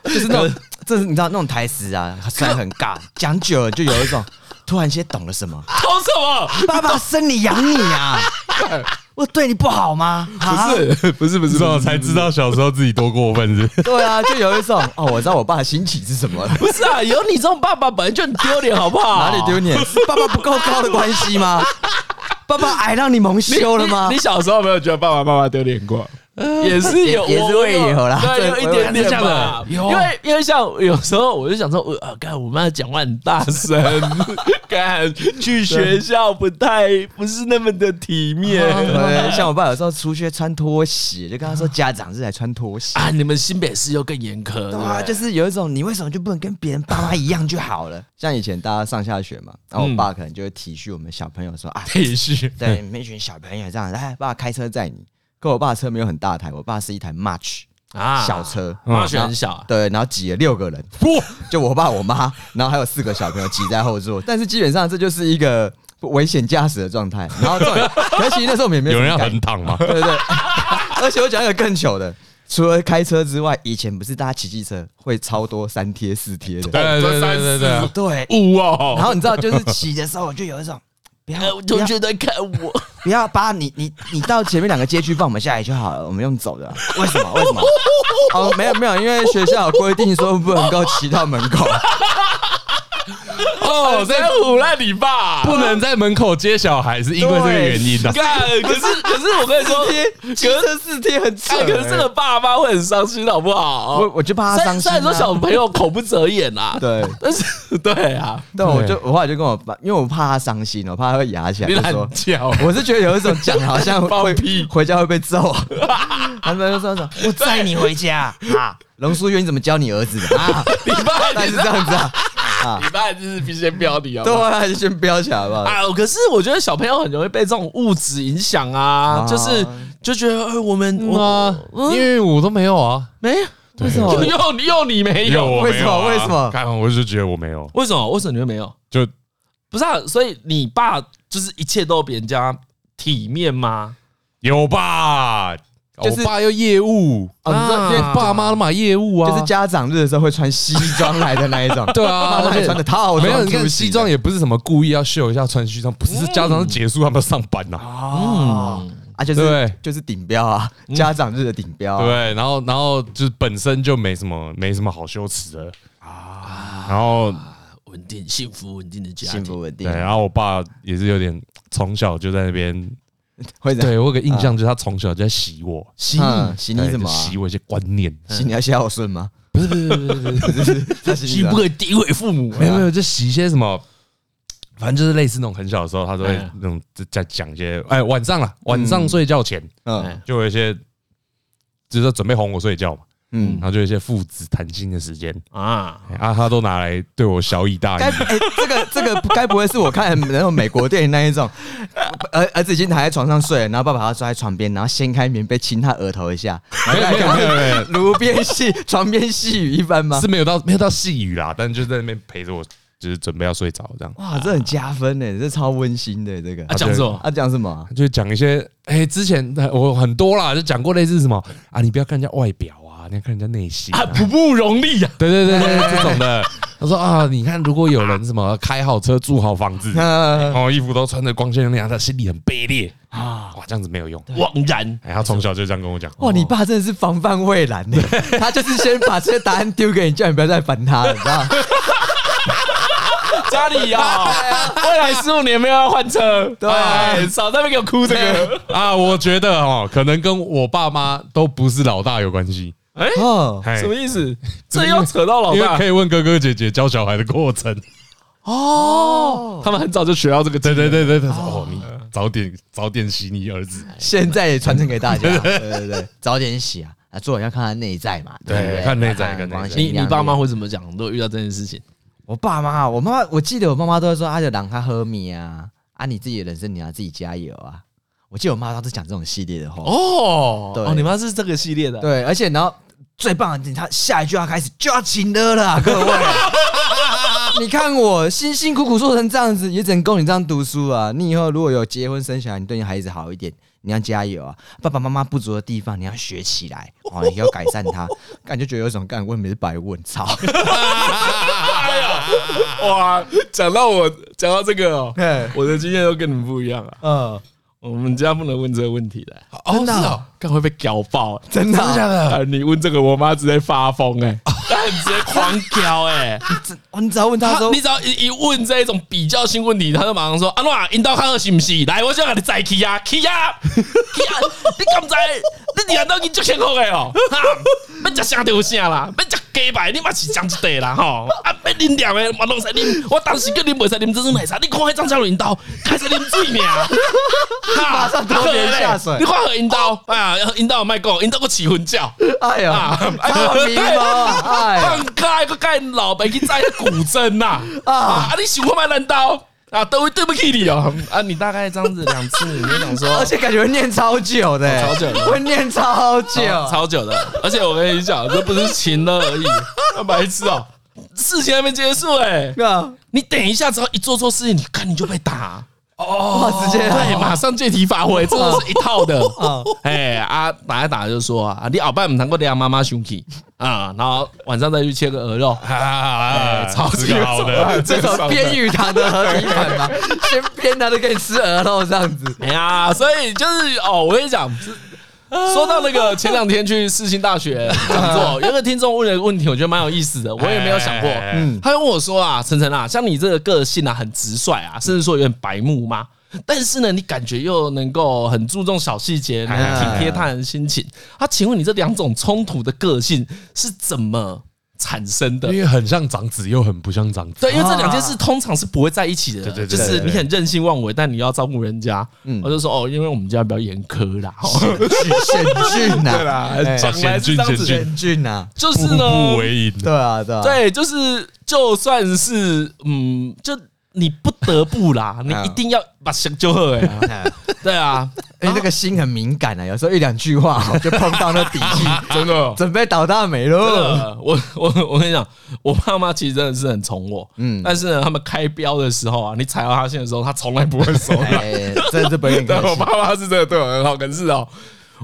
Speaker 2: 就是那种，这是你知道那种台词啊，虽然很尬，讲久了就有一种突然间懂了什么。
Speaker 3: 偷什么？
Speaker 2: 爸爸生你养你 啊，我对你不好吗？啊
Speaker 3: 不，是，不是，不
Speaker 1: 不
Speaker 3: 是，
Speaker 1: 知道才知道小时候自己多过分是不是
Speaker 2: 对啊，就有一种哦，我知道我爸的心情是什 么了。
Speaker 3: 不是啊！有你这种爸爸，本来就很丢脸，好不好？
Speaker 2: 哪里丢脸？是爸爸不够高的关系 吗？爸爸矮让你蒙羞了吗
Speaker 3: 你？？你小时候有没有觉得爸爸妈妈丢脸过？也是有，
Speaker 2: 也也是会有啦
Speaker 3: 对，
Speaker 2: 对
Speaker 3: 有一点点
Speaker 1: 我有
Speaker 3: 吧。
Speaker 1: 有
Speaker 3: 因为因为像有时候我就想说，我啊，干我妈讲话很大 声，干去学校不太不是那么的体面
Speaker 2: 对，像我爸有时候出去穿拖鞋，就跟他说家长是来穿拖鞋。
Speaker 3: 啊。你们新北市又更严苛，对
Speaker 2: 嗯对
Speaker 3: 不
Speaker 2: 啊，
Speaker 3: 对
Speaker 2: 就是有一种你为什么就不能跟别人爸妈一样就好了？嗯像以前大家上下学嘛，然后我爸可能就会体恤我们小朋友说啊，
Speaker 3: 体恤。
Speaker 2: 对，
Speaker 1: 嗯
Speaker 2: 你们一群小朋友这样，哎，爸开车载你。可我爸的车没有很大台，我爸是一台 March
Speaker 3: 啊
Speaker 2: 小嗯车，
Speaker 1: 嗯
Speaker 3: 妈学很小啊，
Speaker 2: 对，然后挤了六个人，就我爸、我妈，然后还有四个小朋友挤在后座。但是基本上这就是一个危险驾驶的状态。然 后重点，可是其实那时候我们也没
Speaker 1: 有
Speaker 2: 什
Speaker 1: 人
Speaker 2: 么
Speaker 1: 要
Speaker 2: 概
Speaker 1: 横躺吗？
Speaker 2: 对对 对。而且我讲一个更糗的，除了开车之外，以前不是大家骑机车会超多三贴四贴
Speaker 1: 对
Speaker 2: 的，
Speaker 1: 对对对啊对
Speaker 2: 哦
Speaker 1: 对，
Speaker 2: 对。
Speaker 1: 五哦，
Speaker 2: 然后你知道，就是骑的时候，我就有一种不要不要
Speaker 3: 呃同学在看我，
Speaker 2: 不要把你你你到前面两个街区放我们下来就好了，我们用走的啊。为什 么？为什么？哦，没有没有，因为学校有规定说不能够骑到门口。
Speaker 1: 哦，在
Speaker 3: 唬烂你爸。
Speaker 1: 不能在门口接小孩，是因为这个原因的。
Speaker 3: 干，可 是可是我跟你说，
Speaker 2: 贴 骑车四贴很扯、
Speaker 3: 哎，可是这个爸妈会很伤心，好不好？
Speaker 2: 我我就怕他
Speaker 3: 虽
Speaker 2: 伤
Speaker 3: 然
Speaker 2: 心、
Speaker 3: 虽
Speaker 2: 啊。
Speaker 3: 然说小朋友口不择言啊，
Speaker 2: 对，
Speaker 3: 但是对啊，
Speaker 2: 但我就我后来就跟我爸，因为我怕他伤心，我怕他会牙起来，
Speaker 1: 你
Speaker 2: 就
Speaker 1: 懒
Speaker 2: 说。
Speaker 1: 觉，
Speaker 2: 我是觉得有一种讲 好像
Speaker 1: 放
Speaker 2: 会
Speaker 1: 屁
Speaker 2: 回家会被揍，他们就说什么我载你回家啊，龙叔院怎么教你儿子的啊？
Speaker 3: 你爸
Speaker 2: 但
Speaker 3: 你
Speaker 2: 是
Speaker 3: 知
Speaker 2: 这
Speaker 3: 道，
Speaker 2: 样 子啊，啊，
Speaker 3: 你爸就是必先标你啊。
Speaker 2: 对啊，还是先标起 来吧。
Speaker 3: 啊，可是我觉得小朋友很容易被这种物质影响啊，
Speaker 2: 啊嗯
Speaker 3: 就是就觉得呃我们
Speaker 1: 啊
Speaker 3: 我，
Speaker 1: 因为我都没有啊，
Speaker 3: 没有，
Speaker 2: 为什
Speaker 3: 又
Speaker 2: 么？
Speaker 3: 又你又你没
Speaker 1: 有
Speaker 3: 有，
Speaker 1: 我没有啊
Speaker 2: 为什么为什么
Speaker 1: 看，我就觉得我没有，
Speaker 3: 为什么？为什么你会没有？
Speaker 1: 就
Speaker 3: 不是啊，所以你爸就是一切都比人家体面吗？
Speaker 1: 有吧。
Speaker 2: 就是
Speaker 1: 我爸要业务，
Speaker 2: 哦你说
Speaker 1: 因为爸妈都买业务啊，
Speaker 2: 就是家长日的时候会穿西装来的那一种，
Speaker 1: 对啊，
Speaker 2: 妈妈
Speaker 1: 而
Speaker 2: 还
Speaker 1: 且
Speaker 2: 穿的套装，
Speaker 1: 没有，你看嗯西装也不是什么故意要秀一下穿西装，不是是家长是结束他们要上班呐、
Speaker 2: 哦，啊，就是
Speaker 1: 对
Speaker 2: 就是顶标啊，家长日的顶标啊，
Speaker 1: 对，然后然后就是本身就没什么没什么好羞耻的啊，然后
Speaker 3: 稳定、幸福、稳定的家
Speaker 2: 幸福稳
Speaker 1: 对，
Speaker 2: 定，
Speaker 1: 然后我爸也是有点从小就在那边，
Speaker 2: 会的。
Speaker 1: 对我有个印象就是他从小就在洗我，洗
Speaker 2: 嗯洗你什么啊
Speaker 1: 洗我一些观念，
Speaker 2: 洗你要孝顺吗？不是不是
Speaker 3: 幸
Speaker 2: 不
Speaker 3: 不可
Speaker 2: 是，
Speaker 3: 以诋毁父母。啊
Speaker 1: 没有没有，就洗一些什么，反正就是类似那种很小的时候，他都会
Speaker 3: 哎
Speaker 2: 嗯
Speaker 1: 那种在在讲一些，哎，晚上了，晚上睡觉前
Speaker 2: 嗯
Speaker 1: 就有一些，就是准备哄我睡觉嘛。
Speaker 2: 嗯
Speaker 1: 然，后就有一些父子谈心的时间
Speaker 3: 啊，
Speaker 1: 哎啊，他都拿来对我小以大
Speaker 2: 该
Speaker 1: 义。
Speaker 2: 哎、这个这个该不会是我看那种美国电影那一种，儿儿子已经躺在床上睡了，然后爸爸把他抓在床边，然后掀开棉被亲他额头一下，
Speaker 1: 没有没有没有没有，
Speaker 2: 如边细床边细语一般吗
Speaker 1: 是？没有到没有到细雨啦，但就在那边陪着我，就是准备要睡着这样。
Speaker 2: 哇，这很加分呢，这超温馨的这个
Speaker 3: 啊。讲什么？
Speaker 2: 他讲什么啊？
Speaker 1: 就讲一些，哎、之前呃我很多啦，就讲过类似什么啊，你不要看人家外表啊，你要看人家内心、
Speaker 3: 啊，
Speaker 1: 啊。
Speaker 3: 不不容易啊。
Speaker 1: 对对对对，对这种 的。他说啊，你看如果有人什么开好车、住好房子，
Speaker 3: 啊
Speaker 2: 嗯
Speaker 1: 哦，衣服都穿的光鲜亮丽，他心里很卑劣啊，哇，这样子没有用。
Speaker 3: 枉然，
Speaker 1: 哎，他从小就这样跟我讲。
Speaker 2: 哇，你爸真的是防范未然呢， 他就是先把这些答案丢给你，叫你不要再烦他了，你知道吗？
Speaker 3: 家里呀，未来十五年没有要换车，
Speaker 2: 对
Speaker 3: 哎少在那边给我哭这个。
Speaker 1: 啊，我觉得哦，可能跟我爸妈都不是老大有关系。
Speaker 3: 哎，
Speaker 2: 哦，
Speaker 1: 哎
Speaker 3: 什么意思？
Speaker 1: 怎么
Speaker 3: 这
Speaker 1: 因为
Speaker 3: 又扯到老
Speaker 1: 因为
Speaker 3: 大
Speaker 1: 可以问哥哥姐姐教小孩的过程。
Speaker 3: 哦，他们很早就学到这个
Speaker 1: 对对对对对，哦，你早点早点洗你儿子。
Speaker 2: 现在也传承给大家，对对对，早点洗啊，啊，做人要看他内在嘛，对不对？
Speaker 1: 对看内在看内在
Speaker 2: 王心
Speaker 3: 你
Speaker 2: 凌
Speaker 3: 你爸妈会怎么讲？如果遇到这件事情，
Speaker 2: 我爸妈，我妈妈，我记得我妈妈都会说，啊，就让他喝米啊，啊，你自己的人生你要自己加油啊。我记得我妈当时讲这种系列的话，
Speaker 3: 哦
Speaker 2: 对
Speaker 3: 哦，你妈是这个系列的，
Speaker 2: 对，而且然后最棒的，她下一句要开始就要请了啦，各位。你看我辛辛苦苦做成这样子，也只能够你这样读书啊。你以后如果有结婚生小孩，你对你孩子好一点，你要加油啊。爸爸妈妈不足的地方，你要学起来哦，你要改善它。感觉觉得有一种干问没是白问，操！
Speaker 3: 哇，讲到我讲到这个哦
Speaker 2: 嘿，
Speaker 3: 我的经验又跟你们不一样 啊。
Speaker 2: 嗯，
Speaker 3: 我们家不能问这个问题的，
Speaker 1: 哦，是哦，
Speaker 3: 看会被屌爆、欸。
Speaker 2: 啊真的啊、
Speaker 3: 啊！你问这个，我妈直接发疯哎、欸，她直接狂屌哎、欸！
Speaker 2: 真哦你只要问他
Speaker 3: 她
Speaker 2: 说
Speaker 3: 你只要一一问这一种比较性问题，她就马上说：“阿诺啊，引导看二是不是？来，我想让你再去啊，去啊，去啊！你敢不知？ 你难道你足辛苦的哦？ 哈，要食啥就有啥啦，要食鸡排你嘛是讲一块啦吼，啊，要啉凉的嘛拢使啉。我当时叫你袂使啉珍珠奶茶，你看迄张嘉伦刀开始啉水尔。”
Speaker 2: 马上拖别人下水
Speaker 3: 你快喝引导，哎呀，引导卖讲，引导个起婚教，
Speaker 2: 哎呀，
Speaker 3: 啊
Speaker 2: 操你妈！哎呀，
Speaker 3: 放开个盖老白去摘古筝呐，
Speaker 2: 啊
Speaker 3: 啊啊，你喜欢卖烂刀啊，都会对不起你哦，啊，你大概这样子两次，你就想
Speaker 2: 而
Speaker 3: 说。
Speaker 2: 且感觉会念超久的、
Speaker 3: 哦超久的哦
Speaker 2: 会念超久，
Speaker 3: 超久的，而且我跟你讲，这不是情了而已，啊白痴哦、事情还没结束哎、
Speaker 2: 啊！
Speaker 3: 你等一下，只要一做错事情，你看你就被打，
Speaker 2: 哇，直接
Speaker 3: 对，马上借题发挥，这都是一套的
Speaker 2: 嗯。
Speaker 3: 哎啊，打一打就说啊，你鳌拜唔能够让妈妈生气啊，然后晚上再去切个鹅肉，
Speaker 1: 啊，
Speaker 3: 哎超级
Speaker 1: 这个好的，
Speaker 2: 这种编玉堂的合体版嘛，先编他的给你吃鹅肉这样子。
Speaker 3: 哎呀，所以就是哦，我跟你讲，是说到那个前两天去世新大学讲座，有个听众问了一个问题，我觉得蛮有意思的，我也没有想过。
Speaker 1: 嗯，
Speaker 3: 他就问我说啊，晨晨啊，像你这个个性啊，很直率啊，甚至说有点白目嘛，但是呢，你感觉又能够很注重小细节，能
Speaker 1: 哎
Speaker 3: 体贴他人心情。他、请问你这两种冲突的个性是怎么产生的
Speaker 1: 因？为很像长子又很不像长子，
Speaker 3: 对，因为这两件事通常是不会在一起的，
Speaker 1: 啊对对对嗯
Speaker 3: 就是你很任性妄为，但你要照顾人家。我就说哦，因为我们家比较严苛啦， 哦
Speaker 2: 险峻呐，对啦
Speaker 1: 讲
Speaker 3: 本来是这样子
Speaker 1: 险峻
Speaker 2: 险峻呐，
Speaker 3: 就
Speaker 1: 步
Speaker 3: 是
Speaker 1: 步
Speaker 3: 呢，
Speaker 1: 为营。
Speaker 2: 啊对啊，对啊，
Speaker 3: 对，就是就算是嗯，就你不得不 啦，
Speaker 1: 啊
Speaker 3: 你一定要把想就喝哎，
Speaker 2: 哎。
Speaker 3: 对啊，
Speaker 1: 嗯
Speaker 2: 哎、那个心很敏感啊，有时候一两句话哦就碰到那底气，
Speaker 1: 真的，
Speaker 2: 准备倒大霉喽。
Speaker 3: 呃，我我我跟你讲，我爸妈其实真的是很宠我，嗯，但是呢，他们开标的时候啊，你踩到他线的时候，他从来不会收
Speaker 2: 哎、
Speaker 3: 的。
Speaker 2: 真的是不会很
Speaker 3: 对啊
Speaker 2: 开
Speaker 3: 我
Speaker 2: 心
Speaker 3: 爸。妈是真的对我很好，可是哦，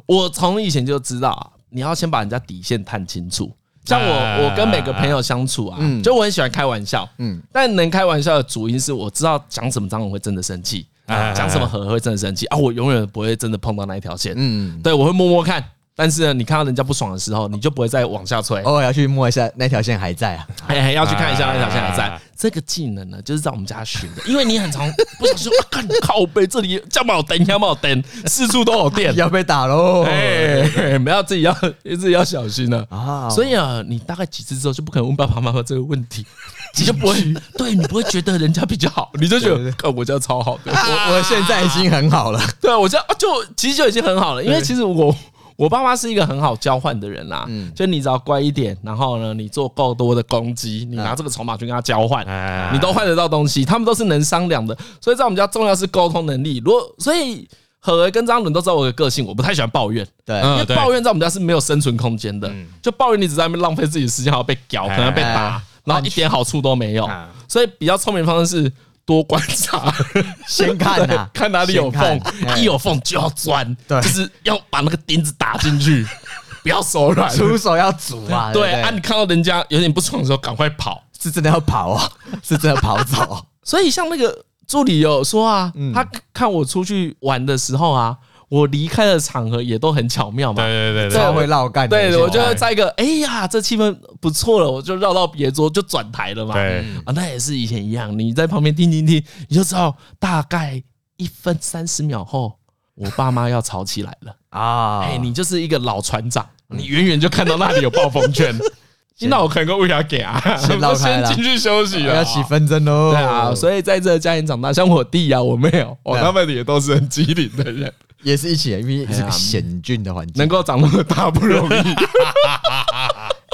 Speaker 3: 我从以前就知道啊，你要先把人家底线探清楚。像我，
Speaker 1: 啊
Speaker 3: 我跟每个朋友相处啊，就我很喜欢开玩笑，嗯
Speaker 2: 嗯，
Speaker 3: 但能开玩笑的主因是我知道讲什么脏我会真的生气，
Speaker 1: 啊
Speaker 3: 讲什么狠会真的生气啊，我永远不会真的碰到那一条线，
Speaker 2: 嗯，
Speaker 3: 对我会摸摸看，但是呢，你看到人家不爽的时候，你就不会再往下吹，
Speaker 2: 偶尔要去摸一下那条线还在啊。
Speaker 3: 哎、要去看一下那条线还在
Speaker 1: 啊。
Speaker 3: 这个技能呢，就是在我们家学的，因为你很常不小心，啊，看靠背这里这没有灯，那没有灯，四处都有电。
Speaker 2: 要被打喽！
Speaker 3: 哎，不要自己要自己要小心了
Speaker 2: 啊
Speaker 3: 所以啊，你大概几次之后就不可能问爸爸妈妈这个问题，你就不会，对你不会觉得人家比较好，你就觉
Speaker 2: 对
Speaker 3: 得
Speaker 2: 对
Speaker 3: 看我家超好的，
Speaker 2: 我我现在已经很好了。
Speaker 3: 对啊，我这样啊就其实就已经很好了，因为其实我我爸妈是一个很好交换的人啦，啊
Speaker 2: 嗯
Speaker 3: 就你只要乖一点，然后呢，你做够多的攻击，你
Speaker 2: 嗯
Speaker 3: 拿这个筹码去跟他交换，
Speaker 1: 哎
Speaker 3: 你都换得到东西，他们都是能商量的，所以在我们家重要是沟通能力。如果所以何为跟张伦都知道我的个性，我不太喜欢抱怨。
Speaker 2: 对，嗯
Speaker 1: 嗯
Speaker 3: 因为
Speaker 1: 对
Speaker 3: 抱怨在我们家是没有生存空间的，就抱怨你只在那边浪费自己的时间，还要被屌，可能被打
Speaker 2: 哎，
Speaker 3: 然后一点好处都没有
Speaker 1: 啊。
Speaker 3: 所以比较聪明的方式是多观察，
Speaker 2: 先看呐
Speaker 3: 对看哪里啊有缝
Speaker 2: 先看，哎
Speaker 3: 一有缝就要钻，
Speaker 2: 对
Speaker 3: 就是要把那个钉子打进去， 不要手软。
Speaker 2: 出手要煮啊。
Speaker 3: 对
Speaker 2: 不
Speaker 3: 啊，你看到人家有点不爽的时候，赶快跑。
Speaker 2: 是真的要跑哦， 是真的跑走。
Speaker 3: 所以像那个助理有说啊，他看我出去玩的时候啊，我离开的场合也都很巧妙嘛。
Speaker 1: 对对对
Speaker 2: 超
Speaker 1: 对，
Speaker 2: 会绕干的。
Speaker 3: 对，我就
Speaker 2: 得
Speaker 3: 会在一个哎呀，这气氛不错了，我就绕到别桌就转台了嘛。
Speaker 1: 对
Speaker 3: 啊，那也是以前一样，你在旁边听听听，你就知道大概一分三十秒后，我爸妈要吵起来了。
Speaker 2: 啊，嗯
Speaker 3: 哎，你就是一个老船长，你远远就看到那里有暴风 圈，那我可能够为啥给啊？我
Speaker 2: 先绕开
Speaker 3: 先
Speaker 2: 了
Speaker 3: 进去休息了。
Speaker 2: 要起纷争哦喽。
Speaker 3: 对啊，所以在这个家庭长大，像我弟啊，我妹哦，哦，
Speaker 2: 对啊
Speaker 3: 他们也都是很机灵的 人，
Speaker 2: 以也是一起，因为是
Speaker 3: 哎呀
Speaker 2: 个险峻的环境。
Speaker 3: 能够长那么大不容易。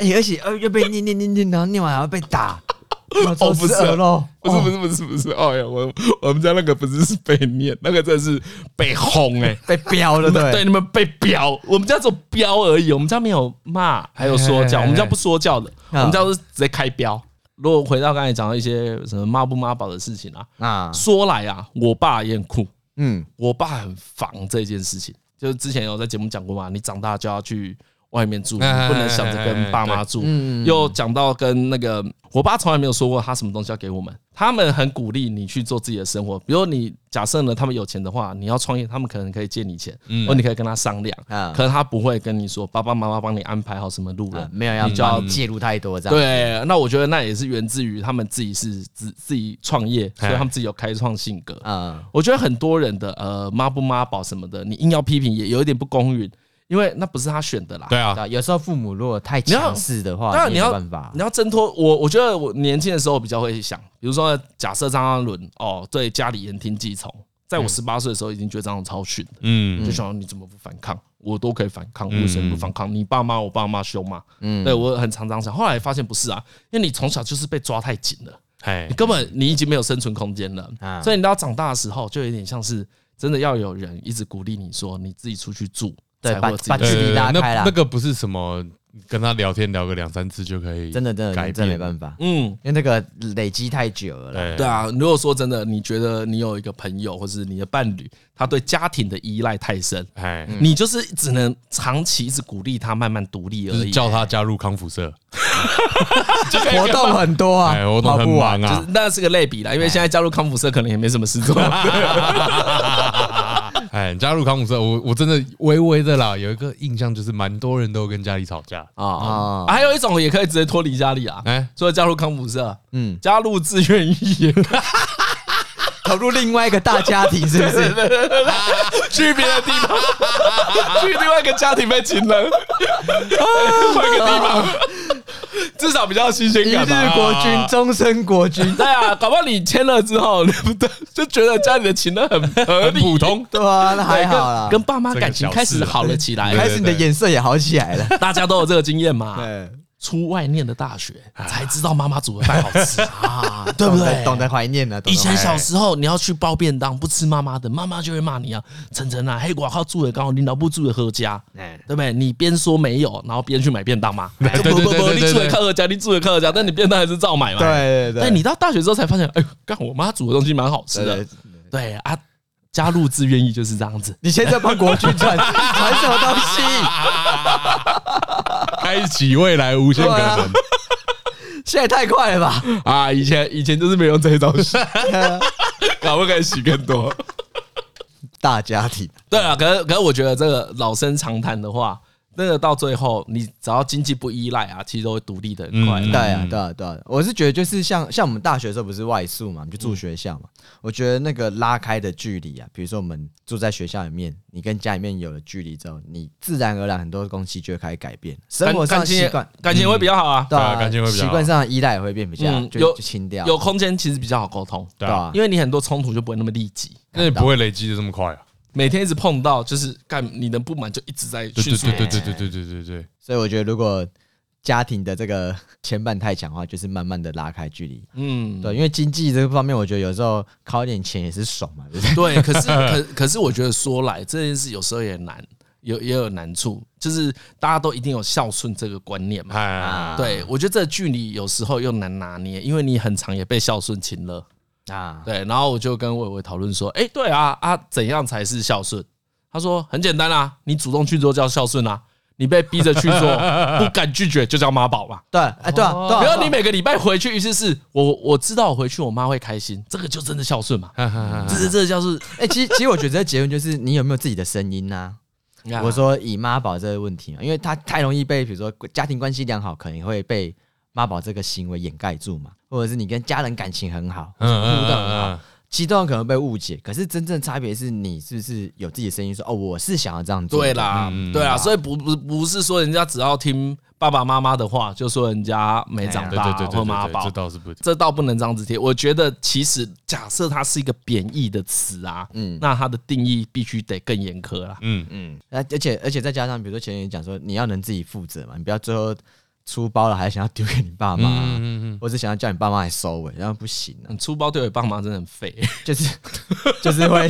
Speaker 2: 哎、而且呃又被念念念念，然后念完还要被打，
Speaker 3: 哦不是啊
Speaker 2: 喽，
Speaker 3: 不是不
Speaker 2: 哦
Speaker 3: 是不是不是，哎呀，我我们家那个不是是被念，那个真的是被轰哎、
Speaker 2: 被飙了，对
Speaker 3: 对，你们被飙，我们家只有飙而已，我们家没有骂，还有说教，
Speaker 2: 哎哎哎
Speaker 3: 我们家不说教的，我
Speaker 2: 啊
Speaker 3: 们家都是直接开飙。如果回到刚才讲到一些什么妈不妈宝的事情啊，
Speaker 2: 啊，
Speaker 3: 说来啊，我爸也很酷，
Speaker 2: 嗯，
Speaker 3: 我爸很防这件事情，就是之前有在节目讲过嘛，你长大就要去外面住，你
Speaker 1: 哎
Speaker 3: 不能想着跟爸妈住。又讲到跟那个，我爸从来没有说过他什么东西要给我们，他们很鼓励你去做自己的生活。比如你假设呢，他们有钱的话，你要创业，他们可能可以借你钱，或你可以跟他商量，
Speaker 2: 啊
Speaker 3: 可是他不会跟你说爸爸妈妈帮你安排好什么路
Speaker 2: 啊
Speaker 3: 人。
Speaker 2: 没有要
Speaker 3: 比较
Speaker 2: 帮你介入太多
Speaker 3: 嗯
Speaker 2: 这样，
Speaker 3: 对，那我觉得那也是源自于他们自己是自自己创业，所以他们自己有开创性格。
Speaker 2: 啊，
Speaker 3: 我觉得很多人的呃妈不妈宝什么的，你硬要批评也有一点不公允，因为那不是他选的啦。
Speaker 1: 对
Speaker 2: 对
Speaker 1: 啊，
Speaker 2: 啊，有时候父母如果太
Speaker 3: 你要
Speaker 2: 强势的话，
Speaker 3: 当然你
Speaker 2: 也没
Speaker 3: 要
Speaker 2: 办法
Speaker 3: 你要挣脱我，我觉得我年轻的时候比较会想，比如说假设张翰伦哦对家里言听计从，在我十八岁的时候已经觉得张翰伦超逊的，
Speaker 1: 嗯
Speaker 3: 就想说你怎么不反抗，我都可以反抗，为什么不反抗？你爸妈我爸妈凶嘛，嗯，对我很常常想，后来发现不是啊，因为你从小就是被抓太紧了。
Speaker 1: 哎
Speaker 3: 你，根本你已经没有生存空间了，
Speaker 2: 啊
Speaker 3: 所以你到长大的时候，就有点像是真的要有人一直鼓励你说你自己出去住，
Speaker 2: 对
Speaker 3: 才
Speaker 2: 把
Speaker 3: 会有自己
Speaker 2: 把
Speaker 3: 的
Speaker 2: 距离
Speaker 1: 对
Speaker 2: 拉
Speaker 1: 哎那
Speaker 2: 开啦
Speaker 1: 那个不是什么你跟他聊天聊个两三次就可以，
Speaker 2: 真的真的
Speaker 1: 改
Speaker 2: 真的没
Speaker 1: 变
Speaker 2: 办法，
Speaker 3: 嗯，
Speaker 2: 因为那个累积太久了啦。
Speaker 1: 对
Speaker 3: 对啊，如果说真的，你觉得你有一个朋友或是你的伴侣，他对家庭的依赖太深，
Speaker 1: 哎，
Speaker 3: 你就是只能长期一直鼓励他慢慢独立而
Speaker 1: 就是
Speaker 3: 已。
Speaker 1: 叫他加入康复社，
Speaker 2: 活动很多啊
Speaker 1: 哎，，活动
Speaker 2: 跑
Speaker 1: 很
Speaker 2: 不完
Speaker 1: 忙
Speaker 3: 就
Speaker 1: 啊
Speaker 3: 是，那是个类比啦，因为现在加入康复社可能也没什么事做。
Speaker 1: 哎，加入康复社，我我真的微微的啦，有一个印象就是蛮多人都跟家里吵架，
Speaker 2: 哦
Speaker 3: 啊， 还有一种也可以直接脱离家里啊，
Speaker 1: 哎，
Speaker 3: 所以加入康复社，
Speaker 2: 嗯，
Speaker 3: 加入志愿役，
Speaker 2: 投入另外一个大家庭，是不 是？
Speaker 3: 去别的地方， 去另外一个家庭被情人， 换个地方， 至少比较新鲜
Speaker 2: 一
Speaker 3: 感 吧。
Speaker 2: 日国君，终身国君，
Speaker 3: 对啊，搞不好你签了之后，就觉得家里的情人 很合
Speaker 1: 很
Speaker 3: 理，
Speaker 1: 普通，
Speaker 2: 对啊，那还好啦
Speaker 3: 跟。跟爸妈感情开始好了起
Speaker 1: 这个小
Speaker 3: 来
Speaker 2: 开
Speaker 1: 事，
Speaker 2: 始你的眼色也好起来了。
Speaker 3: 大家都有这个经验嘛。
Speaker 2: 对
Speaker 3: 出外念的大学才知道妈妈煮的饭好吃 啊，对不
Speaker 2: 懂得
Speaker 3: 对？
Speaker 2: 懂得怀念啊了。懂
Speaker 3: 以
Speaker 2: 得怀
Speaker 3: 前
Speaker 2: 念
Speaker 3: 小时候你要去包便当，不吃妈妈的，妈妈就会骂你啊，晨晨啊，嘿，我靠，住的刚好你老不住的喝家，
Speaker 2: 哎
Speaker 3: 对不对？你边说没有，然后边去买便当 嘛，
Speaker 1: 对对
Speaker 3: 不不
Speaker 1: 对
Speaker 3: 不，
Speaker 1: 对
Speaker 3: 你
Speaker 1: 对
Speaker 3: 住的
Speaker 1: 对
Speaker 3: 靠喝家，你住的靠喝家，但你便当还是照买嘛。
Speaker 2: 对对对，
Speaker 3: 但你到大学之后才发现，哎呦，干我妈煮的东西蛮好吃
Speaker 2: 对
Speaker 3: 的
Speaker 2: 对。
Speaker 3: 对啊，加入志愿役就是这样子。
Speaker 2: 你现在帮国君传传什么东西？
Speaker 1: 开启未来无限可能。
Speaker 2: 现在太快了吧？
Speaker 3: 啊，以前以前就是没有这些东西，搞不可以洗更多。
Speaker 2: 大家庭
Speaker 3: 对啊，可是可是我觉得这个老生常谈的话，那个到最后你只要经济不依赖啊，其实都会独立的很快
Speaker 1: 嗯
Speaker 2: 对
Speaker 3: 啦。
Speaker 2: 啊，对啊，对啊，我是觉得就是像像我们大学的时候不是外宿嘛，我们就住学校嘛。我觉得那个拉开的距离啊，比如说我们住在学校里面，你跟家里面有了距离之后，你自然而然很多东西就会开始改变，生活上
Speaker 3: 感情
Speaker 2: 习
Speaker 3: 也
Speaker 2: 惯，
Speaker 3: 感情会比较好啊，
Speaker 2: 对
Speaker 1: 对啊感情会比较好
Speaker 2: 习惯上的依赖也会变比较
Speaker 3: 嗯
Speaker 2: 就
Speaker 3: 有
Speaker 2: 就轻掉，
Speaker 3: 有空间其实比较好沟通，
Speaker 1: 对
Speaker 2: 对
Speaker 1: 啊，
Speaker 2: 啊，
Speaker 3: 因为你很多冲突就不会那么立即。
Speaker 1: 那也不会累积的这么快啊。
Speaker 3: 每天一直碰到，就是干你的不满就一直在
Speaker 1: 对
Speaker 3: 迅
Speaker 1: 对
Speaker 3: 速
Speaker 1: 对对对对对对对对，
Speaker 2: 所以我觉得如果家庭的这个牵绊太强的话，就是慢慢的拉开距离。
Speaker 3: 嗯，
Speaker 2: 对，因为经济这个方面，我觉得有时候靠一点钱也是爽嘛，对不对？
Speaker 3: 对，可是可可是，我觉得说来这件事有时候也难，有也有难处，就是大家都一定有孝顺这个观念嘛。
Speaker 1: 哎，
Speaker 3: 对，我觉得这个距离有时候又难拿捏，因为你很长也被孝顺亲了。
Speaker 2: 啊，
Speaker 3: 对，然后我就跟伟伟讨论说，哎，对啊，啊，怎样才是孝顺？他说很简单啊，你主动去做叫孝顺啊，你被逼着去 做，不敢拒绝就叫妈宝嘛。
Speaker 2: 对，哎，对 啊，对啊，
Speaker 3: 哦不
Speaker 2: 对
Speaker 3: 要
Speaker 2: 啊
Speaker 3: 你每个礼拜回去，于是是我我知道我回去我妈会开心，这个就真的孝顺嘛，
Speaker 1: 哈哈哈
Speaker 3: 这这这叫是
Speaker 2: 哎、其实其实我觉得这结论就是你有没有自己的声音呐、
Speaker 1: 啊
Speaker 2: 我说以妈宝这个问题啊，因为他太容易被比如说家庭关系良好，可能会被妈宝这个行为掩盖住嘛，或者是你跟家人感情很好，
Speaker 1: 嗯
Speaker 2: 互动很
Speaker 1: 嗯
Speaker 2: 好，其实都有可能被误解。可是真正差别是你是不是有自己的声音说哦，我是想要这样做。
Speaker 3: 对，啦，
Speaker 1: 嗯
Speaker 3: 对啦，所以不不不是说人家只要听爸爸妈妈的话，就说人家没长
Speaker 1: 对
Speaker 3: 大
Speaker 1: 对对
Speaker 3: 或妈
Speaker 1: 对对，
Speaker 3: 宝
Speaker 1: 这，倒是不
Speaker 3: 这倒不能这样子贴。我觉得其实假设它是一个贬义的词啊，
Speaker 2: 嗯
Speaker 3: 那它的定义必须得更严苛啦。
Speaker 1: 嗯，
Speaker 2: 嗯，而而且而且再加上比如说前面讲说你要能自己负责嘛，你不要最后出包了还想要丢给你爸妈、
Speaker 1: 嗯嗯嗯
Speaker 2: 或者想要叫你爸妈来收尾，然后不行啊，
Speaker 3: 嗯粗包对我爸妈真的很废，
Speaker 2: 就是 就 是会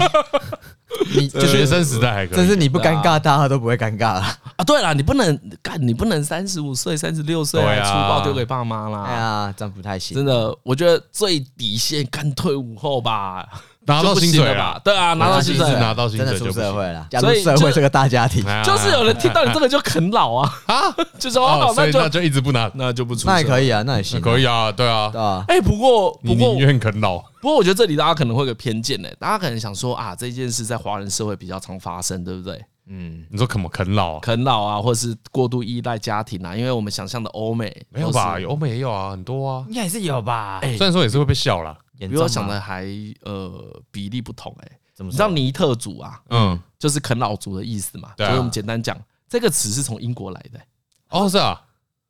Speaker 2: 你
Speaker 1: 嗯，
Speaker 2: 就
Speaker 1: 就是学生时代还可
Speaker 2: 真
Speaker 1: 以，
Speaker 2: 是你不尴尬，大家都不会尴尬了。
Speaker 3: 啊，对啦，你不能干，你不能三十五岁、三十六岁
Speaker 1: 对
Speaker 3: 还
Speaker 1: 啊
Speaker 3: 粗暴丢给爸妈啦。
Speaker 2: 哎呀，这样不太行。
Speaker 3: 真的，我觉得最底线干退伍后吧，
Speaker 1: 拿到
Speaker 3: 就不
Speaker 1: 薪
Speaker 3: 行
Speaker 1: 水
Speaker 3: 了
Speaker 1: 啦
Speaker 3: 吧？，对啊，拿到薪水
Speaker 1: 是
Speaker 3: 了
Speaker 1: 拿到薪水
Speaker 2: 真的
Speaker 1: 就
Speaker 2: 出
Speaker 1: 不
Speaker 2: 社
Speaker 1: 行
Speaker 2: 会了，加入
Speaker 3: 所以
Speaker 2: 社
Speaker 3: 就
Speaker 2: 会这个大家庭，
Speaker 1: 哎
Speaker 3: 就是有人听到你这个就啃老啊啊， 就说
Speaker 1: 哦，
Speaker 3: 哦，
Speaker 1: 所
Speaker 3: 那
Speaker 1: 以
Speaker 3: 就
Speaker 1: 那就一直不拿，
Speaker 3: 那就不出嗯
Speaker 2: 那也可
Speaker 3: 以。
Speaker 2: 以啊，那也行，
Speaker 1: 可以啊，对啊
Speaker 2: 对，吧？
Speaker 3: 哎，不过
Speaker 1: 你
Speaker 3: 不过
Speaker 1: 宁愿啃老，
Speaker 3: 不过，我觉得这里大家可能会有个偏见呢，大家可能想说啊，这件事在华人社会比较常发生，对不对？
Speaker 2: 嗯，
Speaker 1: 你说啃么啃老啊？
Speaker 3: 啃老啊，或是过度依赖家庭啊，因为我们想象的欧美
Speaker 1: 没有吧？
Speaker 3: 都是
Speaker 1: 有欧美也有啊，很多啊，
Speaker 2: 应该也是有吧？
Speaker 3: 哎
Speaker 1: 虽然说也是会被笑啦，
Speaker 2: 严
Speaker 3: 比
Speaker 2: 重吗啊
Speaker 3: 我想的还呃比例不同哎。
Speaker 2: 怎么
Speaker 3: 你知道
Speaker 2: 说？
Speaker 3: 尼特族啊，
Speaker 1: 嗯，
Speaker 3: 就是啃老族的意思嘛？
Speaker 1: 对啊
Speaker 3: 所以我们简单讲，这个词是从英国来的，欸
Speaker 1: 哦是啊，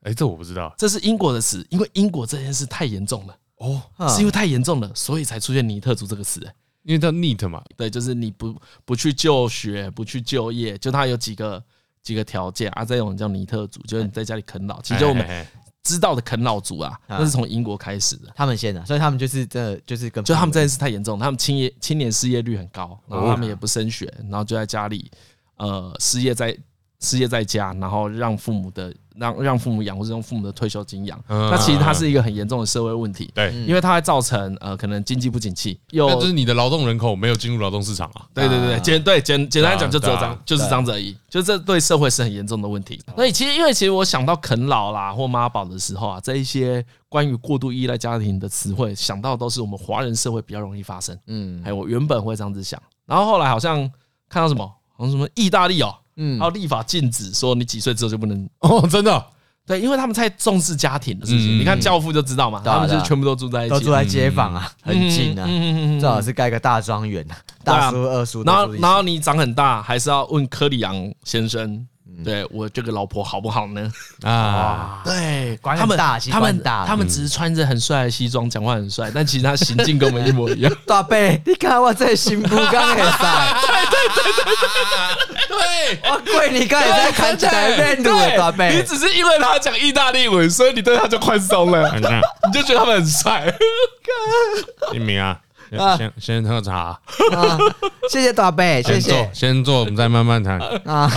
Speaker 1: 哎，这我不知道
Speaker 3: 这是英国的词，因为英国这件事太严重了，
Speaker 1: 哦，
Speaker 2: 嗯
Speaker 3: 是因为太严重了，所以才出现尼特族这个词。哎
Speaker 1: 因为叫 neat 嘛，
Speaker 3: 对，就是你不不去就学，不去就业，就它有几个几个条件啊。这种叫尼特族，就是你在家里啃老。其实我们
Speaker 1: 哎哎嗯哎
Speaker 3: 知道的啃老族啊，
Speaker 2: 啊
Speaker 3: 那是从英国开始的。
Speaker 2: 他们先啊的，所以他们就是这就是跟
Speaker 3: 就他们这件事太严重，他们青业
Speaker 1: 哦
Speaker 3: 青年失业率很高，然后他们也不升学，然后就在家里，呃，失业在失业在家，然后让父母的让让父母养，或者用父母的退休金养。
Speaker 1: 嗯
Speaker 3: 那其实它是一个很严重的社会问题，
Speaker 1: 对，
Speaker 3: 因为它会造成呃可能经济不景气，又
Speaker 1: 那就是你的劳动人口没有进入劳动市场 啊。
Speaker 3: 对对对，简对简简单
Speaker 1: 对啊
Speaker 3: 讲就只
Speaker 1: 对
Speaker 3: 有
Speaker 1: 啊嗯
Speaker 3: 这样，就是这样子而已。就这对社会是很严重的问题。所以其实因为其实我想到啃老啦或妈宝的时候啊，这一些关于过度依赖家庭的词汇，想到都是我们华人社会比较容易发生。
Speaker 2: 嗯
Speaker 3: 还有我原本会这样子想，然后后来好像看到什么，好像什么意大利哦，
Speaker 2: 嗯
Speaker 3: 还有立法禁止说你几岁之后就不能。
Speaker 1: 哦，真的，
Speaker 3: 对，因为他们太重视家庭了，是不是？
Speaker 1: 嗯
Speaker 3: 你看《教父》就知道嘛，
Speaker 2: 对啊
Speaker 3: 他们就
Speaker 2: 对啊
Speaker 3: 全部都住在一起，
Speaker 2: 都住在街坊啊，很近啊，
Speaker 3: 嗯嗯嗯嗯嗯
Speaker 2: 最好是盖个大庄园啊，大叔二叔
Speaker 3: 然
Speaker 2: 都
Speaker 3: 后
Speaker 2: 住一起，
Speaker 3: 然后你长很大，还是要问科里昂先生，
Speaker 2: 嗯
Speaker 3: 对我这个老婆好不好呢？
Speaker 1: 啊，
Speaker 3: 对，
Speaker 2: 管
Speaker 3: 他
Speaker 2: 很
Speaker 3: 们
Speaker 2: 大其实
Speaker 3: 他
Speaker 2: 管
Speaker 3: 们
Speaker 2: 很大
Speaker 3: 他们只是穿着很帅的西装，讲话很帅，但其实他行径跟我们一模一样。
Speaker 2: 大伯， 你看我这新妇刚会使，
Speaker 3: 对。
Speaker 2: 我过你刚也在看 台面路的大伯，
Speaker 3: 对，你只是因为他讲意大利文，所以你对他就宽松了， 你就觉得他们很帅。
Speaker 1: 一鸣啊，
Speaker 2: 啊
Speaker 1: 先先喝茶，
Speaker 2: 啊谢谢大伯，谢
Speaker 1: 先
Speaker 2: 谢
Speaker 1: 坐，先坐，我们再慢慢 谈。
Speaker 2: 啊。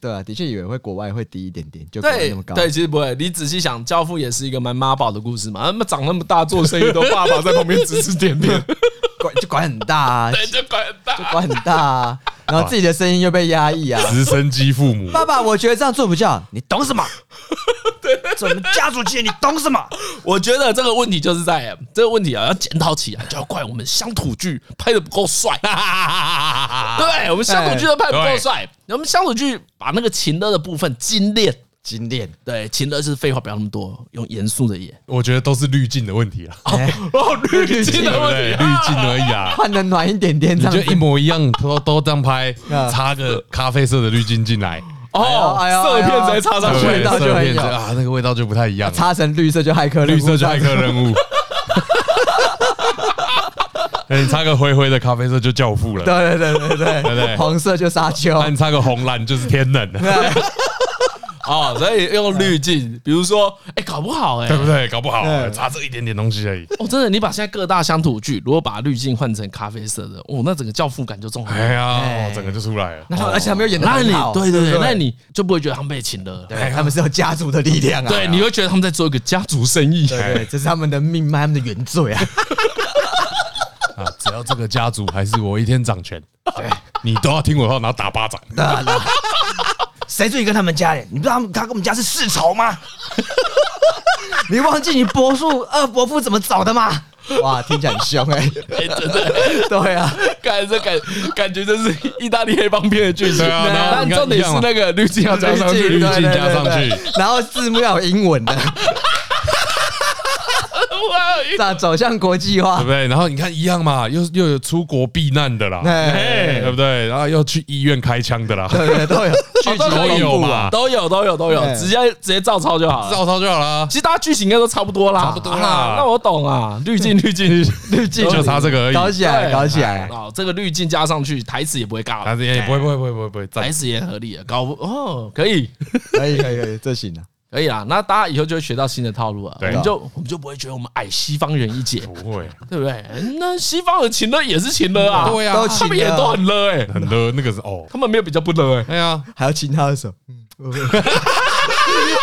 Speaker 2: 对啊，的确以为会国外会低一点点，就不会
Speaker 3: 对
Speaker 2: 那么高。
Speaker 3: 对，其实不会。你仔细想，《教父》也是一个蛮妈宝的故事嘛。他们长那么大，做生意 都爸爸在旁边指指点点，
Speaker 2: 管就管很大啊，
Speaker 3: 对，就管很大。
Speaker 2: 管很大啊，然后自己的声音又被压抑啊。
Speaker 1: 直升机父 母，
Speaker 2: 爸爸，我觉得这样做不叫，你懂什么？怎么家族企业，你懂什么？
Speaker 3: 我觉得这个问题就是在这个问题啊，要检讨起来，就要怪我们乡土剧拍的不够 帅。对，我们乡土剧都拍得不够帅，我们乡土剧把那个情乐的部分精炼。
Speaker 2: 精炼，
Speaker 3: 对，情乐是废话不要那么多，用严肃的演。
Speaker 1: 我觉得都是滤镜的问题啊，
Speaker 2: 哎
Speaker 3: 哦，滤
Speaker 1: 对
Speaker 3: 镜
Speaker 1: 不
Speaker 3: 的问
Speaker 1: 对？
Speaker 3: 题
Speaker 1: 滤
Speaker 3: 啊，
Speaker 1: 镜而已啊。
Speaker 2: 换的暖一点点，这
Speaker 1: 你就
Speaker 2: 样
Speaker 1: 一
Speaker 2: 子。
Speaker 1: 模一样，都都这样拍
Speaker 2: 啊，
Speaker 1: 插个咖啡色的滤镜进 来，
Speaker 3: 哦，
Speaker 2: 哎呦哎
Speaker 3: 色
Speaker 2: 呦
Speaker 3: 片直接插上
Speaker 2: 味
Speaker 3: 去
Speaker 1: 对，
Speaker 2: 道就
Speaker 1: 色
Speaker 2: 很
Speaker 1: 片
Speaker 2: 有
Speaker 1: 啊，那个味道就不太一样了。
Speaker 2: 擦成绿色就骇客，
Speaker 1: 绿色就骇客任 务。那哎你擦个灰灰的咖啡色就教父了，
Speaker 2: 对对对对
Speaker 1: 对
Speaker 2: 对
Speaker 1: 不对
Speaker 2: 黄色就沙丘，
Speaker 1: 那你擦个红蓝就是天冷了，
Speaker 3: 哦，所以用滤镜，比如说，哎，搞不好哎
Speaker 1: 对，不对？搞不好
Speaker 2: 对
Speaker 1: 差这一点点东西而已。
Speaker 3: 哦，真的，你把现在各大乡土剧如果把滤镜换成咖啡色的，哦，那整个教父感就重很多
Speaker 1: 哎呀
Speaker 2: 哎，
Speaker 1: 整个就出来了。
Speaker 2: 然后而且他们又演的
Speaker 3: 那
Speaker 2: 很
Speaker 3: 你
Speaker 2: 好，
Speaker 3: 对对对，
Speaker 2: 不
Speaker 3: 那你就不会觉得他们被请了。
Speaker 2: 对他们是有家族的力量啊，
Speaker 3: 对，你会觉得他们在做一个家族生意。
Speaker 2: 对对，这是他们的命脉，他们的原罪啊，
Speaker 1: 啊，只要这个家族还是我一天掌权，你都要听我话，然后打巴掌。
Speaker 2: 那那谁最跟他们家人？你不知道他们他跟我们家是世仇吗？你忘记你伯父二伯父怎么找的吗？哇，听起来很凶哎、
Speaker 3: 哎，真的，
Speaker 2: 对啊，
Speaker 3: 感这感感觉就是意大利黑帮片的剧情。
Speaker 1: 对啊然后
Speaker 3: 但
Speaker 1: 你看
Speaker 3: 重点
Speaker 1: 一样
Speaker 3: 是
Speaker 1: 嘛
Speaker 3: 那个滤镜要加上去，
Speaker 1: 滤镜
Speaker 2: 对对对
Speaker 1: 加上去
Speaker 2: 对然后字幕要有英文的，咋走向国际
Speaker 1: 对
Speaker 2: 化
Speaker 1: 不？对？然后你看一样嘛，又又有出国避难的啦，
Speaker 2: 哎
Speaker 1: 哎对不对？然后又去医院开枪的啦，
Speaker 2: 对对都有剧
Speaker 1: 都
Speaker 2: 情
Speaker 1: 可以有嘛
Speaker 3: 哦都有都有都有，
Speaker 2: 对
Speaker 3: 直接直接照抄就好了。
Speaker 1: 照抄就好啦
Speaker 3: 其。实大家剧情应该都差不多啦，
Speaker 1: 差不多啦
Speaker 3: 啊那我懂啊，滤镜 滤镜滤镜
Speaker 1: 就差这个而已
Speaker 2: 搞起来，
Speaker 3: 对
Speaker 2: 搞起来，
Speaker 3: 哦，这个滤镜加上去，台词也不会尬
Speaker 1: 但是
Speaker 3: 了，
Speaker 1: 也不会不会不会不会不会，
Speaker 3: 台
Speaker 1: 赞
Speaker 3: 词也合理了，搞不哦可以。
Speaker 2: 可以可以可以，这行啊。
Speaker 3: 可以啦，那大家以后就会学到新的套路了，啊我
Speaker 1: 对
Speaker 3: 们就我们就不会觉得我们矮西方人一截，
Speaker 1: 不会，
Speaker 3: 对不对？嗯那西方人情勒也是情勒啊，
Speaker 1: 对啊
Speaker 2: 都
Speaker 3: 他
Speaker 2: 请
Speaker 3: 们也都
Speaker 2: 了，
Speaker 3: 很勒哎，
Speaker 1: 很多那个是哦，
Speaker 3: 他们没有比较不勒哎，
Speaker 1: 哎呀，
Speaker 2: 还要亲他的手。嗯，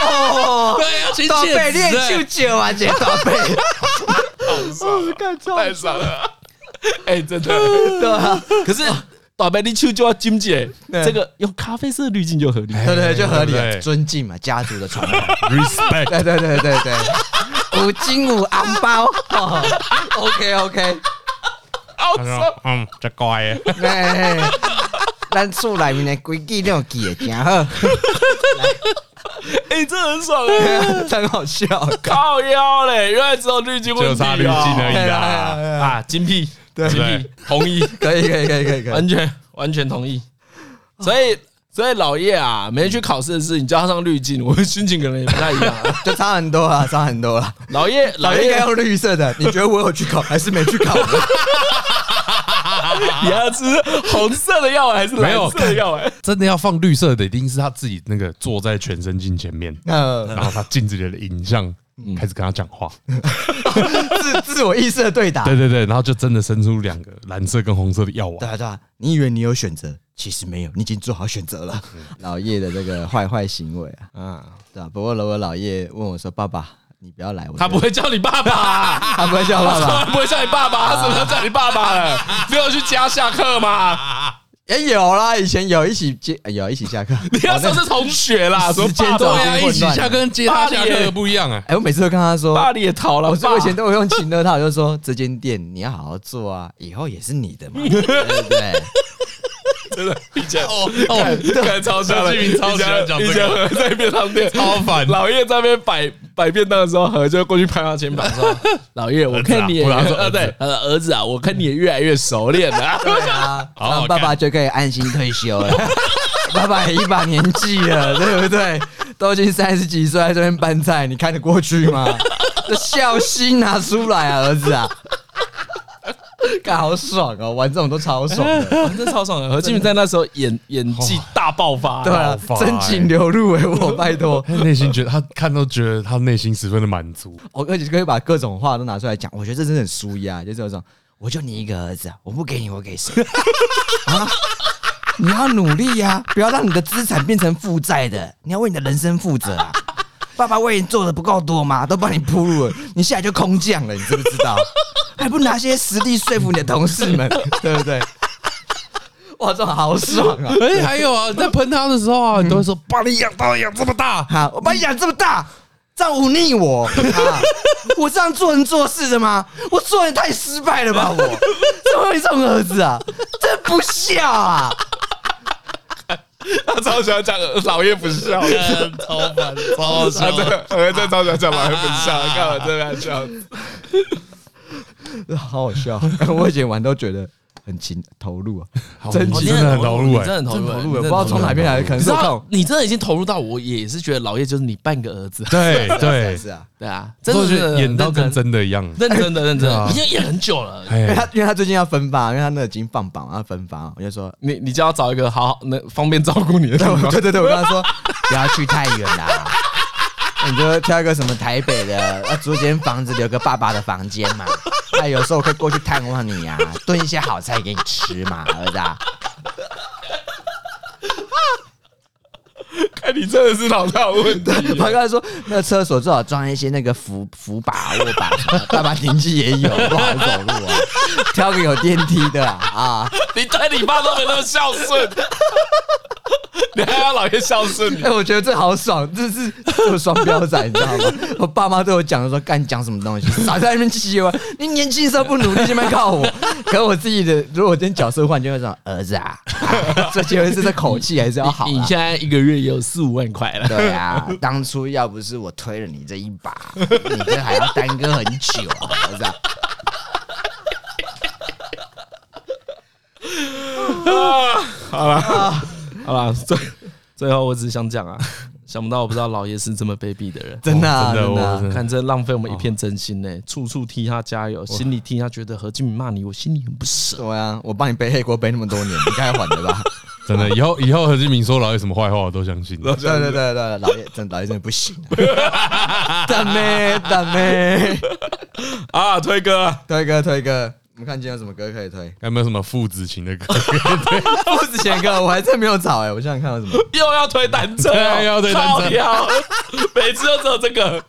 Speaker 2: 哦，
Speaker 3: 对啊，情
Speaker 2: 大贝练舅舅啊，姐大贝，干超
Speaker 3: 太爽了，哎，真的。
Speaker 2: 对啊，
Speaker 3: 可是打白你球就要金姐，
Speaker 2: 对
Speaker 3: 这个用咖啡色滤镜就合理。
Speaker 2: 对对，就合理
Speaker 1: 对
Speaker 2: 了，
Speaker 1: 不对
Speaker 2: 尊敬嘛，家族的传统。
Speaker 1: respect，
Speaker 2: 对对对对对，五金五昂包，OK OK，
Speaker 3: 好
Speaker 1: 他说嗯，这乖耶，
Speaker 2: 哎，咱厝内面的规矩都记得真好，
Speaker 3: 哎，这很爽哎，
Speaker 2: 真好笑。
Speaker 3: 靠腰嘞，原来只有滤镜问
Speaker 1: 就
Speaker 3: 题
Speaker 1: 差
Speaker 3: 啊
Speaker 1: 滤镜而已
Speaker 2: 哎
Speaker 1: 啦，
Speaker 2: 呀
Speaker 3: 啊，精辟，
Speaker 2: 对
Speaker 3: 精
Speaker 1: 对
Speaker 3: 辟，同意。
Speaker 2: 可以可以可以可以可以，
Speaker 3: 完全完全同意。所以所以老叶啊，每天去考试的事情加上滤镜， 我的心情可能也不太一样啊。
Speaker 2: 就差很多了，差很多了。
Speaker 3: 老叶
Speaker 2: 老
Speaker 3: 老
Speaker 2: 应
Speaker 3: 叶
Speaker 2: 该，用绿色的，你觉得我有去考还是没去考？
Speaker 3: 你要吃红色的药丸还是蓝色的药丸？
Speaker 1: 真的要放绿色的，一定是他自己那个坐在全身镜前面，
Speaker 2: 呃，
Speaker 1: 然后他镜子里的影像开始跟他讲话，
Speaker 2: 自 自我意识的对打。
Speaker 1: 对对对，然后就真的生出两个蓝色跟红色的药丸，
Speaker 2: 对啊对啊，你以为你有选择，其实没有，你已经做好选择了。 老叶的这个坏坏行为啊，
Speaker 4: 啊，
Speaker 2: 对吧、不过如果老叶问我说：“爸爸，你不要来。”我
Speaker 3: 他不
Speaker 2: 会，
Speaker 3: 会叫你爸爸、
Speaker 2: 他不会叫我 爸
Speaker 1: 他
Speaker 2: 爸。
Speaker 1: 不会叫你爸爸，他怎么要叫你爸爸了？没有去家下课 吗？
Speaker 2: 也哎有啦，以前有一起接，呃有一起下课。
Speaker 1: 你要说是同学啦，说
Speaker 2: 哦时间
Speaker 1: 爸
Speaker 2: 早
Speaker 1: 爸
Speaker 2: 已经
Speaker 1: 呀，
Speaker 2: 混
Speaker 3: 啊
Speaker 1: 一起
Speaker 2: 乱
Speaker 1: 下
Speaker 2: 了
Speaker 1: 课跟接他下
Speaker 3: 巴黎耶
Speaker 1: 课不一样哎。
Speaker 2: 哎、我每次都跟他说，
Speaker 3: 爸你也逃了，
Speaker 2: 我是
Speaker 3: 爸
Speaker 2: 我以前都有用情勒他，我就说这间店你要好好做啊，以后也是你的嘛，对不对？
Speaker 1: 真的，以前哦 哦，看超像的，
Speaker 3: 志明超喜欢
Speaker 1: 以前和在便当店 超烦，老叶在那边摆摆便当的时候，和就过去拍他肩 膀说：“
Speaker 3: 老叶，我看你也，
Speaker 1: 不然他 说
Speaker 3: 呃，对，呃，儿子啊，我看你也越来越熟练 了。
Speaker 2: 对啊，
Speaker 1: 好好
Speaker 2: 让爸爸就可以安心退休了。 爸爸也一把年纪了，对不对？都已经三十几岁，在这边搬菜，你看得过去吗？ 这孝心拿出来啊，儿子啊！ 干好爽哦，玩这种都超爽的，
Speaker 3: 真超爽的，何敬明在那时候演演技大爆发，
Speaker 2: 对啊
Speaker 1: 好，烦
Speaker 2: 真情流露为我，拜托。
Speaker 1: 他内心觉得他看都觉得他内心十分的满足。
Speaker 2: 我哦而且可以把各种话都拿出来讲，我觉得这真的很舒压，就是有种我就你一个儿子啊，我不给你，我给谁 啊？你要努力呀、不要让你的资产变成负债的，你要为你的人生负责啊！爸爸为你做的不够多吗？都帮你铺路了，你现在就空降了，你知不知道？ 还不拿些实力说服你的同事们， 对不对？哇，这种好爽啊！
Speaker 1: 哎、还有啊，在喷他的时候
Speaker 3: 嗯
Speaker 1: 啊，你都会说把你养到养这么 大，
Speaker 2: 啊！我把你养这么大，这样忤逆我啊！ 我这样做人做事的吗？我做人太失败了吧！我怎么会有这种儿子啊？真不孝啊！
Speaker 4: 他超喜欢讲老叶不 笑，
Speaker 1: 嗯超烦，超
Speaker 4: 他
Speaker 3: 啊
Speaker 4: 真的，我真的超喜欢讲老叶不 笑，看我真的要笑。
Speaker 2: 好好笑， 我以前玩都觉得很情投入啊，
Speaker 1: 真
Speaker 2: 真
Speaker 1: 情
Speaker 2: 情
Speaker 1: 真的很投入哎、
Speaker 3: 你真的很投入，
Speaker 2: 投
Speaker 3: 你
Speaker 2: 入，
Speaker 3: 真的
Speaker 2: 不知道
Speaker 3: 很投
Speaker 2: 从
Speaker 3: 入啊
Speaker 2: 哪边来，可能
Speaker 3: 你知
Speaker 2: 是我
Speaker 3: 道
Speaker 2: 看
Speaker 3: 你真的已经投入到我，也是觉得老叶就是你半个儿子，
Speaker 1: 对
Speaker 2: 是
Speaker 1: 对
Speaker 2: 啊，是啊，
Speaker 3: 对啊， 真
Speaker 1: 所
Speaker 3: 的
Speaker 1: 以就是演到跟真的一样。
Speaker 3: 认真的认
Speaker 1: 对
Speaker 3: 真的
Speaker 1: 啊，
Speaker 3: 已经演很久了。
Speaker 2: 因为他
Speaker 1: 哎，
Speaker 2: 因为他最近要分发，因为他那已经放榜要分发嘛，我就说。
Speaker 3: 你你就要找一个好好能方便照顾你的地方，
Speaker 2: 对对对，我跟他说不要去太远啦，你就挑一个什么台北的，要租间房子留个爸爸的房间嘛。那有时候我可以过去探望你啊，炖一些好菜给你吃嘛，儿子、 啊。
Speaker 4: 看你真的是老大有问题，
Speaker 2: 我跟他说，那个厕所最好装一些那个扶扶把、握把什么的，爸爸年纪也有，不好走路啊，挑个有电梯的啊。啊
Speaker 3: 你对你爸都没那么孝 顺，
Speaker 4: 你还要老叶孝顺你
Speaker 2: 哎、。我觉得这好爽，这是这双标仔，你知道吗？我爸妈对我讲的时候，干你讲什么东西，少在那边唧唧歪歪。你年轻时候不努力，这边靠我。可是我自己的，如果我今天角色换，就会说儿子啊， 啊这结婚是这口气还是要好、啊。
Speaker 3: 你现在一个月也有四五万块了。
Speaker 2: 对啊，当初要不是我推了你这一把，你这还要耽搁很久啊，儿子啊、
Speaker 3: 好啦，最最后我只想讲啊，想不到我不知道老叶是这么卑鄙的人。
Speaker 2: 真的、啊
Speaker 1: 哦真的
Speaker 2: 真的啊、
Speaker 1: 我真的
Speaker 3: 看，真浪费我们一片真心呢、处处替他加油，心里替他觉得何敬明骂你，我心里很不舍。
Speaker 2: 对啊，我帮你背黑锅背那么多年，你该还 的吧？
Speaker 1: 真的，以后以后何敬明说老有什么坏话，我都相信。。
Speaker 2: 对对对对，老爷真老爷真的不行、啊， 大妹大妹。
Speaker 4: 啊，推哥，
Speaker 2: 推歌推歌，我们看今天有什么歌可以推
Speaker 1: 有没有什么父子情的歌？
Speaker 2: 不止前歌，我还真没有找哎、我想想看有什么。
Speaker 3: 又要推单车、哦，
Speaker 1: 对要推单车
Speaker 3: 靠腰，每次都只有这 个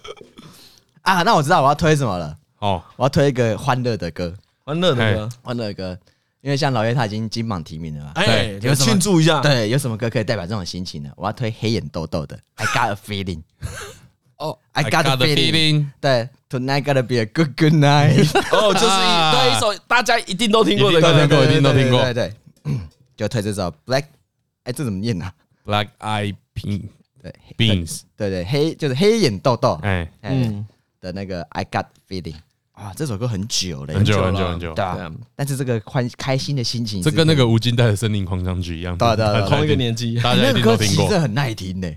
Speaker 2: 啊，那我知道我要推什么了，
Speaker 1: 哦，
Speaker 2: 我要推一个欢乐的歌，
Speaker 3: 欢乐的歌。
Speaker 2: 欢乐的歌，因为像老爷他已经金榜题名了嘛。
Speaker 3: 哎，
Speaker 2: 有什么
Speaker 3: 庆祝一下？
Speaker 2: 对，有什么歌可以代表这种心情呢？我要推黑眼豆豆的《I Got a Feeling》。哦，I got a feeling，对，Tonight gotta be a good good night。
Speaker 3: 哦，就是
Speaker 1: 啊
Speaker 3: 一对一首大家一定都听过的
Speaker 1: 一定都。听
Speaker 3: 歌
Speaker 1: 过一定都听过
Speaker 2: 对对对对，就推这首 Black，哎，这怎么念呢？
Speaker 1: Black Eyed Pe-
Speaker 2: 对
Speaker 1: Beans，
Speaker 2: 对对，黑就是黑眼豆豆，
Speaker 1: 哎，
Speaker 2: 嗯的那个 I Got Feeling 啊，这首歌很久了，
Speaker 1: 很久
Speaker 3: 久
Speaker 1: 很久
Speaker 3: 了
Speaker 1: 很久
Speaker 2: 对，吧、
Speaker 3: 对啊
Speaker 2: 但是这个欢开心的心情是，
Speaker 1: 这跟那个无尽带的森林狂想曲一样，
Speaker 2: 对对对对
Speaker 3: 啊同一个年纪，
Speaker 1: 大家
Speaker 2: 那
Speaker 1: 一
Speaker 2: 个
Speaker 1: 定都
Speaker 2: 歌
Speaker 1: 听
Speaker 2: 其
Speaker 1: 过
Speaker 2: 实。很耐听呢、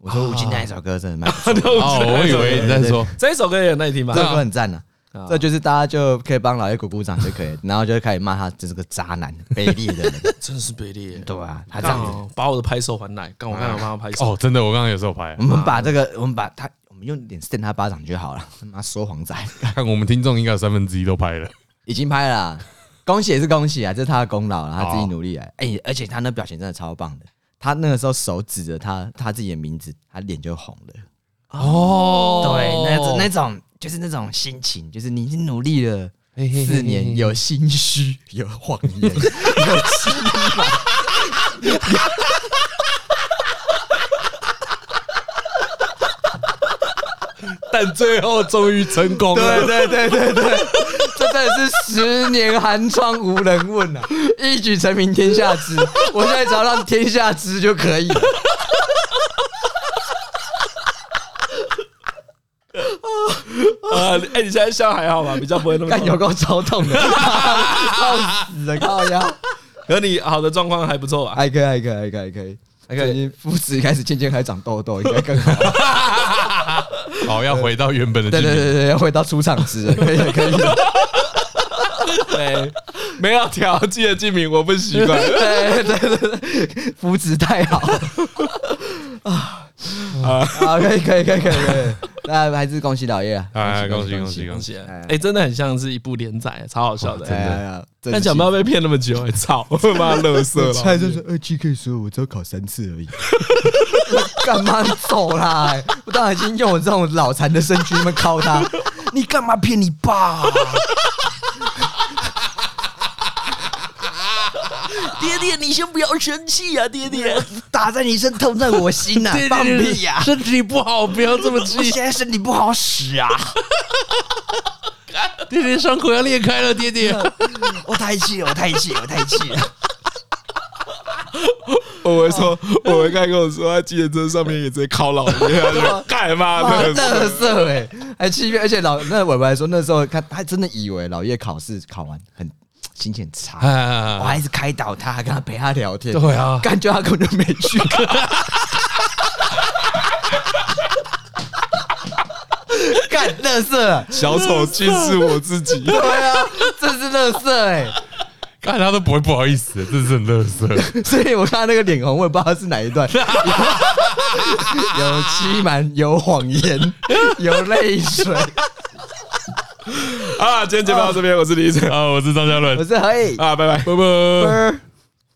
Speaker 2: 我说吴京那一首歌真的蛮不错 的，
Speaker 1: 哦，我以为你在说
Speaker 3: 这一首歌也很耐听吧
Speaker 2: 这？首歌很赞啊。这就是大家就可以帮老爷鼓鼓掌就可以， 然后就开始骂他这是个渣男、卑劣的 人，
Speaker 3: 真的是卑劣耶，
Speaker 2: 对啊，他这
Speaker 3: 刚
Speaker 2: 样子。
Speaker 3: 好把我的拍手还来，刚我刚刚帮他拍手。
Speaker 1: 哦，真的，我刚刚有时候拍
Speaker 2: 我，们把这个，我们把他，我们用脸扇他巴掌就好了。他妈说谎仔，
Speaker 1: 看我们听众应该有三分之一都拍了，
Speaker 2: 已经拍了啊，恭喜也是恭喜啊，这是他的功劳啊，他自己
Speaker 1: 好
Speaker 2: 努力来。哎、而且他那表情真的超棒的，他那个时候手指着他他自己的名字，他脸就红了。
Speaker 1: 哦
Speaker 2: 对，那种那种就是那种心情，就是你已经努力了四年，有心虚， 有谎言，有期望。
Speaker 1: 但最后终于成功了。
Speaker 2: 对对对对， 这真的是十年寒窗无人问啊，一举成名天下知。我现在只要让天下知就可以了。
Speaker 3: 呃，哎，你现在笑还好吧？比较不会那么
Speaker 2: 干有
Speaker 3: 痛。
Speaker 2: 够超痛 的，痛死了，靠呀！
Speaker 3: 可你好的状况还不错啊吧？
Speaker 2: 还可以，还可以，还可以，还可以。那
Speaker 3: 可以
Speaker 2: 个肤质开始渐渐开始长痘痘，应该更好。
Speaker 1: 好，要回到原本的
Speaker 2: 对
Speaker 1: 剧
Speaker 2: 对
Speaker 1: 情。
Speaker 2: 对对，要回到出厂值了，可以了可以了。
Speaker 3: 对，没有调剂的竞品我不习惯。
Speaker 2: 对对对对，肤质太好 了啊啊！可以可以可以可以可以，那还是恭喜老叶啊！
Speaker 1: 哎，恭喜恭喜恭
Speaker 3: 东
Speaker 1: 喜！
Speaker 3: 西，哎，真的很像是一部连载，超好笑的。
Speaker 2: 哎呀呀！真
Speaker 3: 但想不到被骗那么久，哎操！ 妈，乐色
Speaker 2: 猜
Speaker 3: 了。
Speaker 2: 就是二七可以说我只要考三次而已， 干嘛你走啦？我当然已经用我这种脑残的身躯那么靠 他，你干嘛骗你 爸？
Speaker 5: 爹爹，你先不要生气
Speaker 2: 啊
Speaker 5: 呀、爹爹。
Speaker 2: 打在你身，痛在我心 呐、放屁呀、
Speaker 3: 身体不好，不要这么
Speaker 2: 我
Speaker 3: 气。
Speaker 2: 现在身体不好使啊，
Speaker 3: 爹爹伤口要裂开了，爹爹。
Speaker 2: 我太气了，我太气了，我太气了。
Speaker 3: 我会说，我会刚跟我说，他计程车上面也直接靠老爹，他 就干嘛
Speaker 2: 哇，
Speaker 3: 的？
Speaker 2: 乐色哎，还七月，而且老那伟伟还说那时候他他真的以为老叶考试考完很心情
Speaker 3: 啊
Speaker 2: 很差，我
Speaker 1: 哎，
Speaker 2: 还一直开导他，还跟他陪他聊天，
Speaker 1: 对啊
Speaker 2: 感觉他根本就没去 过。干乐色，
Speaker 3: 小丑竟是我自己。
Speaker 2: 对啊，这是乐色哎，
Speaker 1: 看他都不会不好意思，真是很乐色。
Speaker 2: 所以我看他那个脸红，我也不知道是哪一段，有欺瞒，有谎言，有泪水，
Speaker 3: 啊，今天节目到这边，我是李晨，
Speaker 1: 啊，我是张嘉伦
Speaker 2: 我，是何 以。
Speaker 3: 啊，拜拜。
Speaker 1: 拜拜。
Speaker 2: Burr.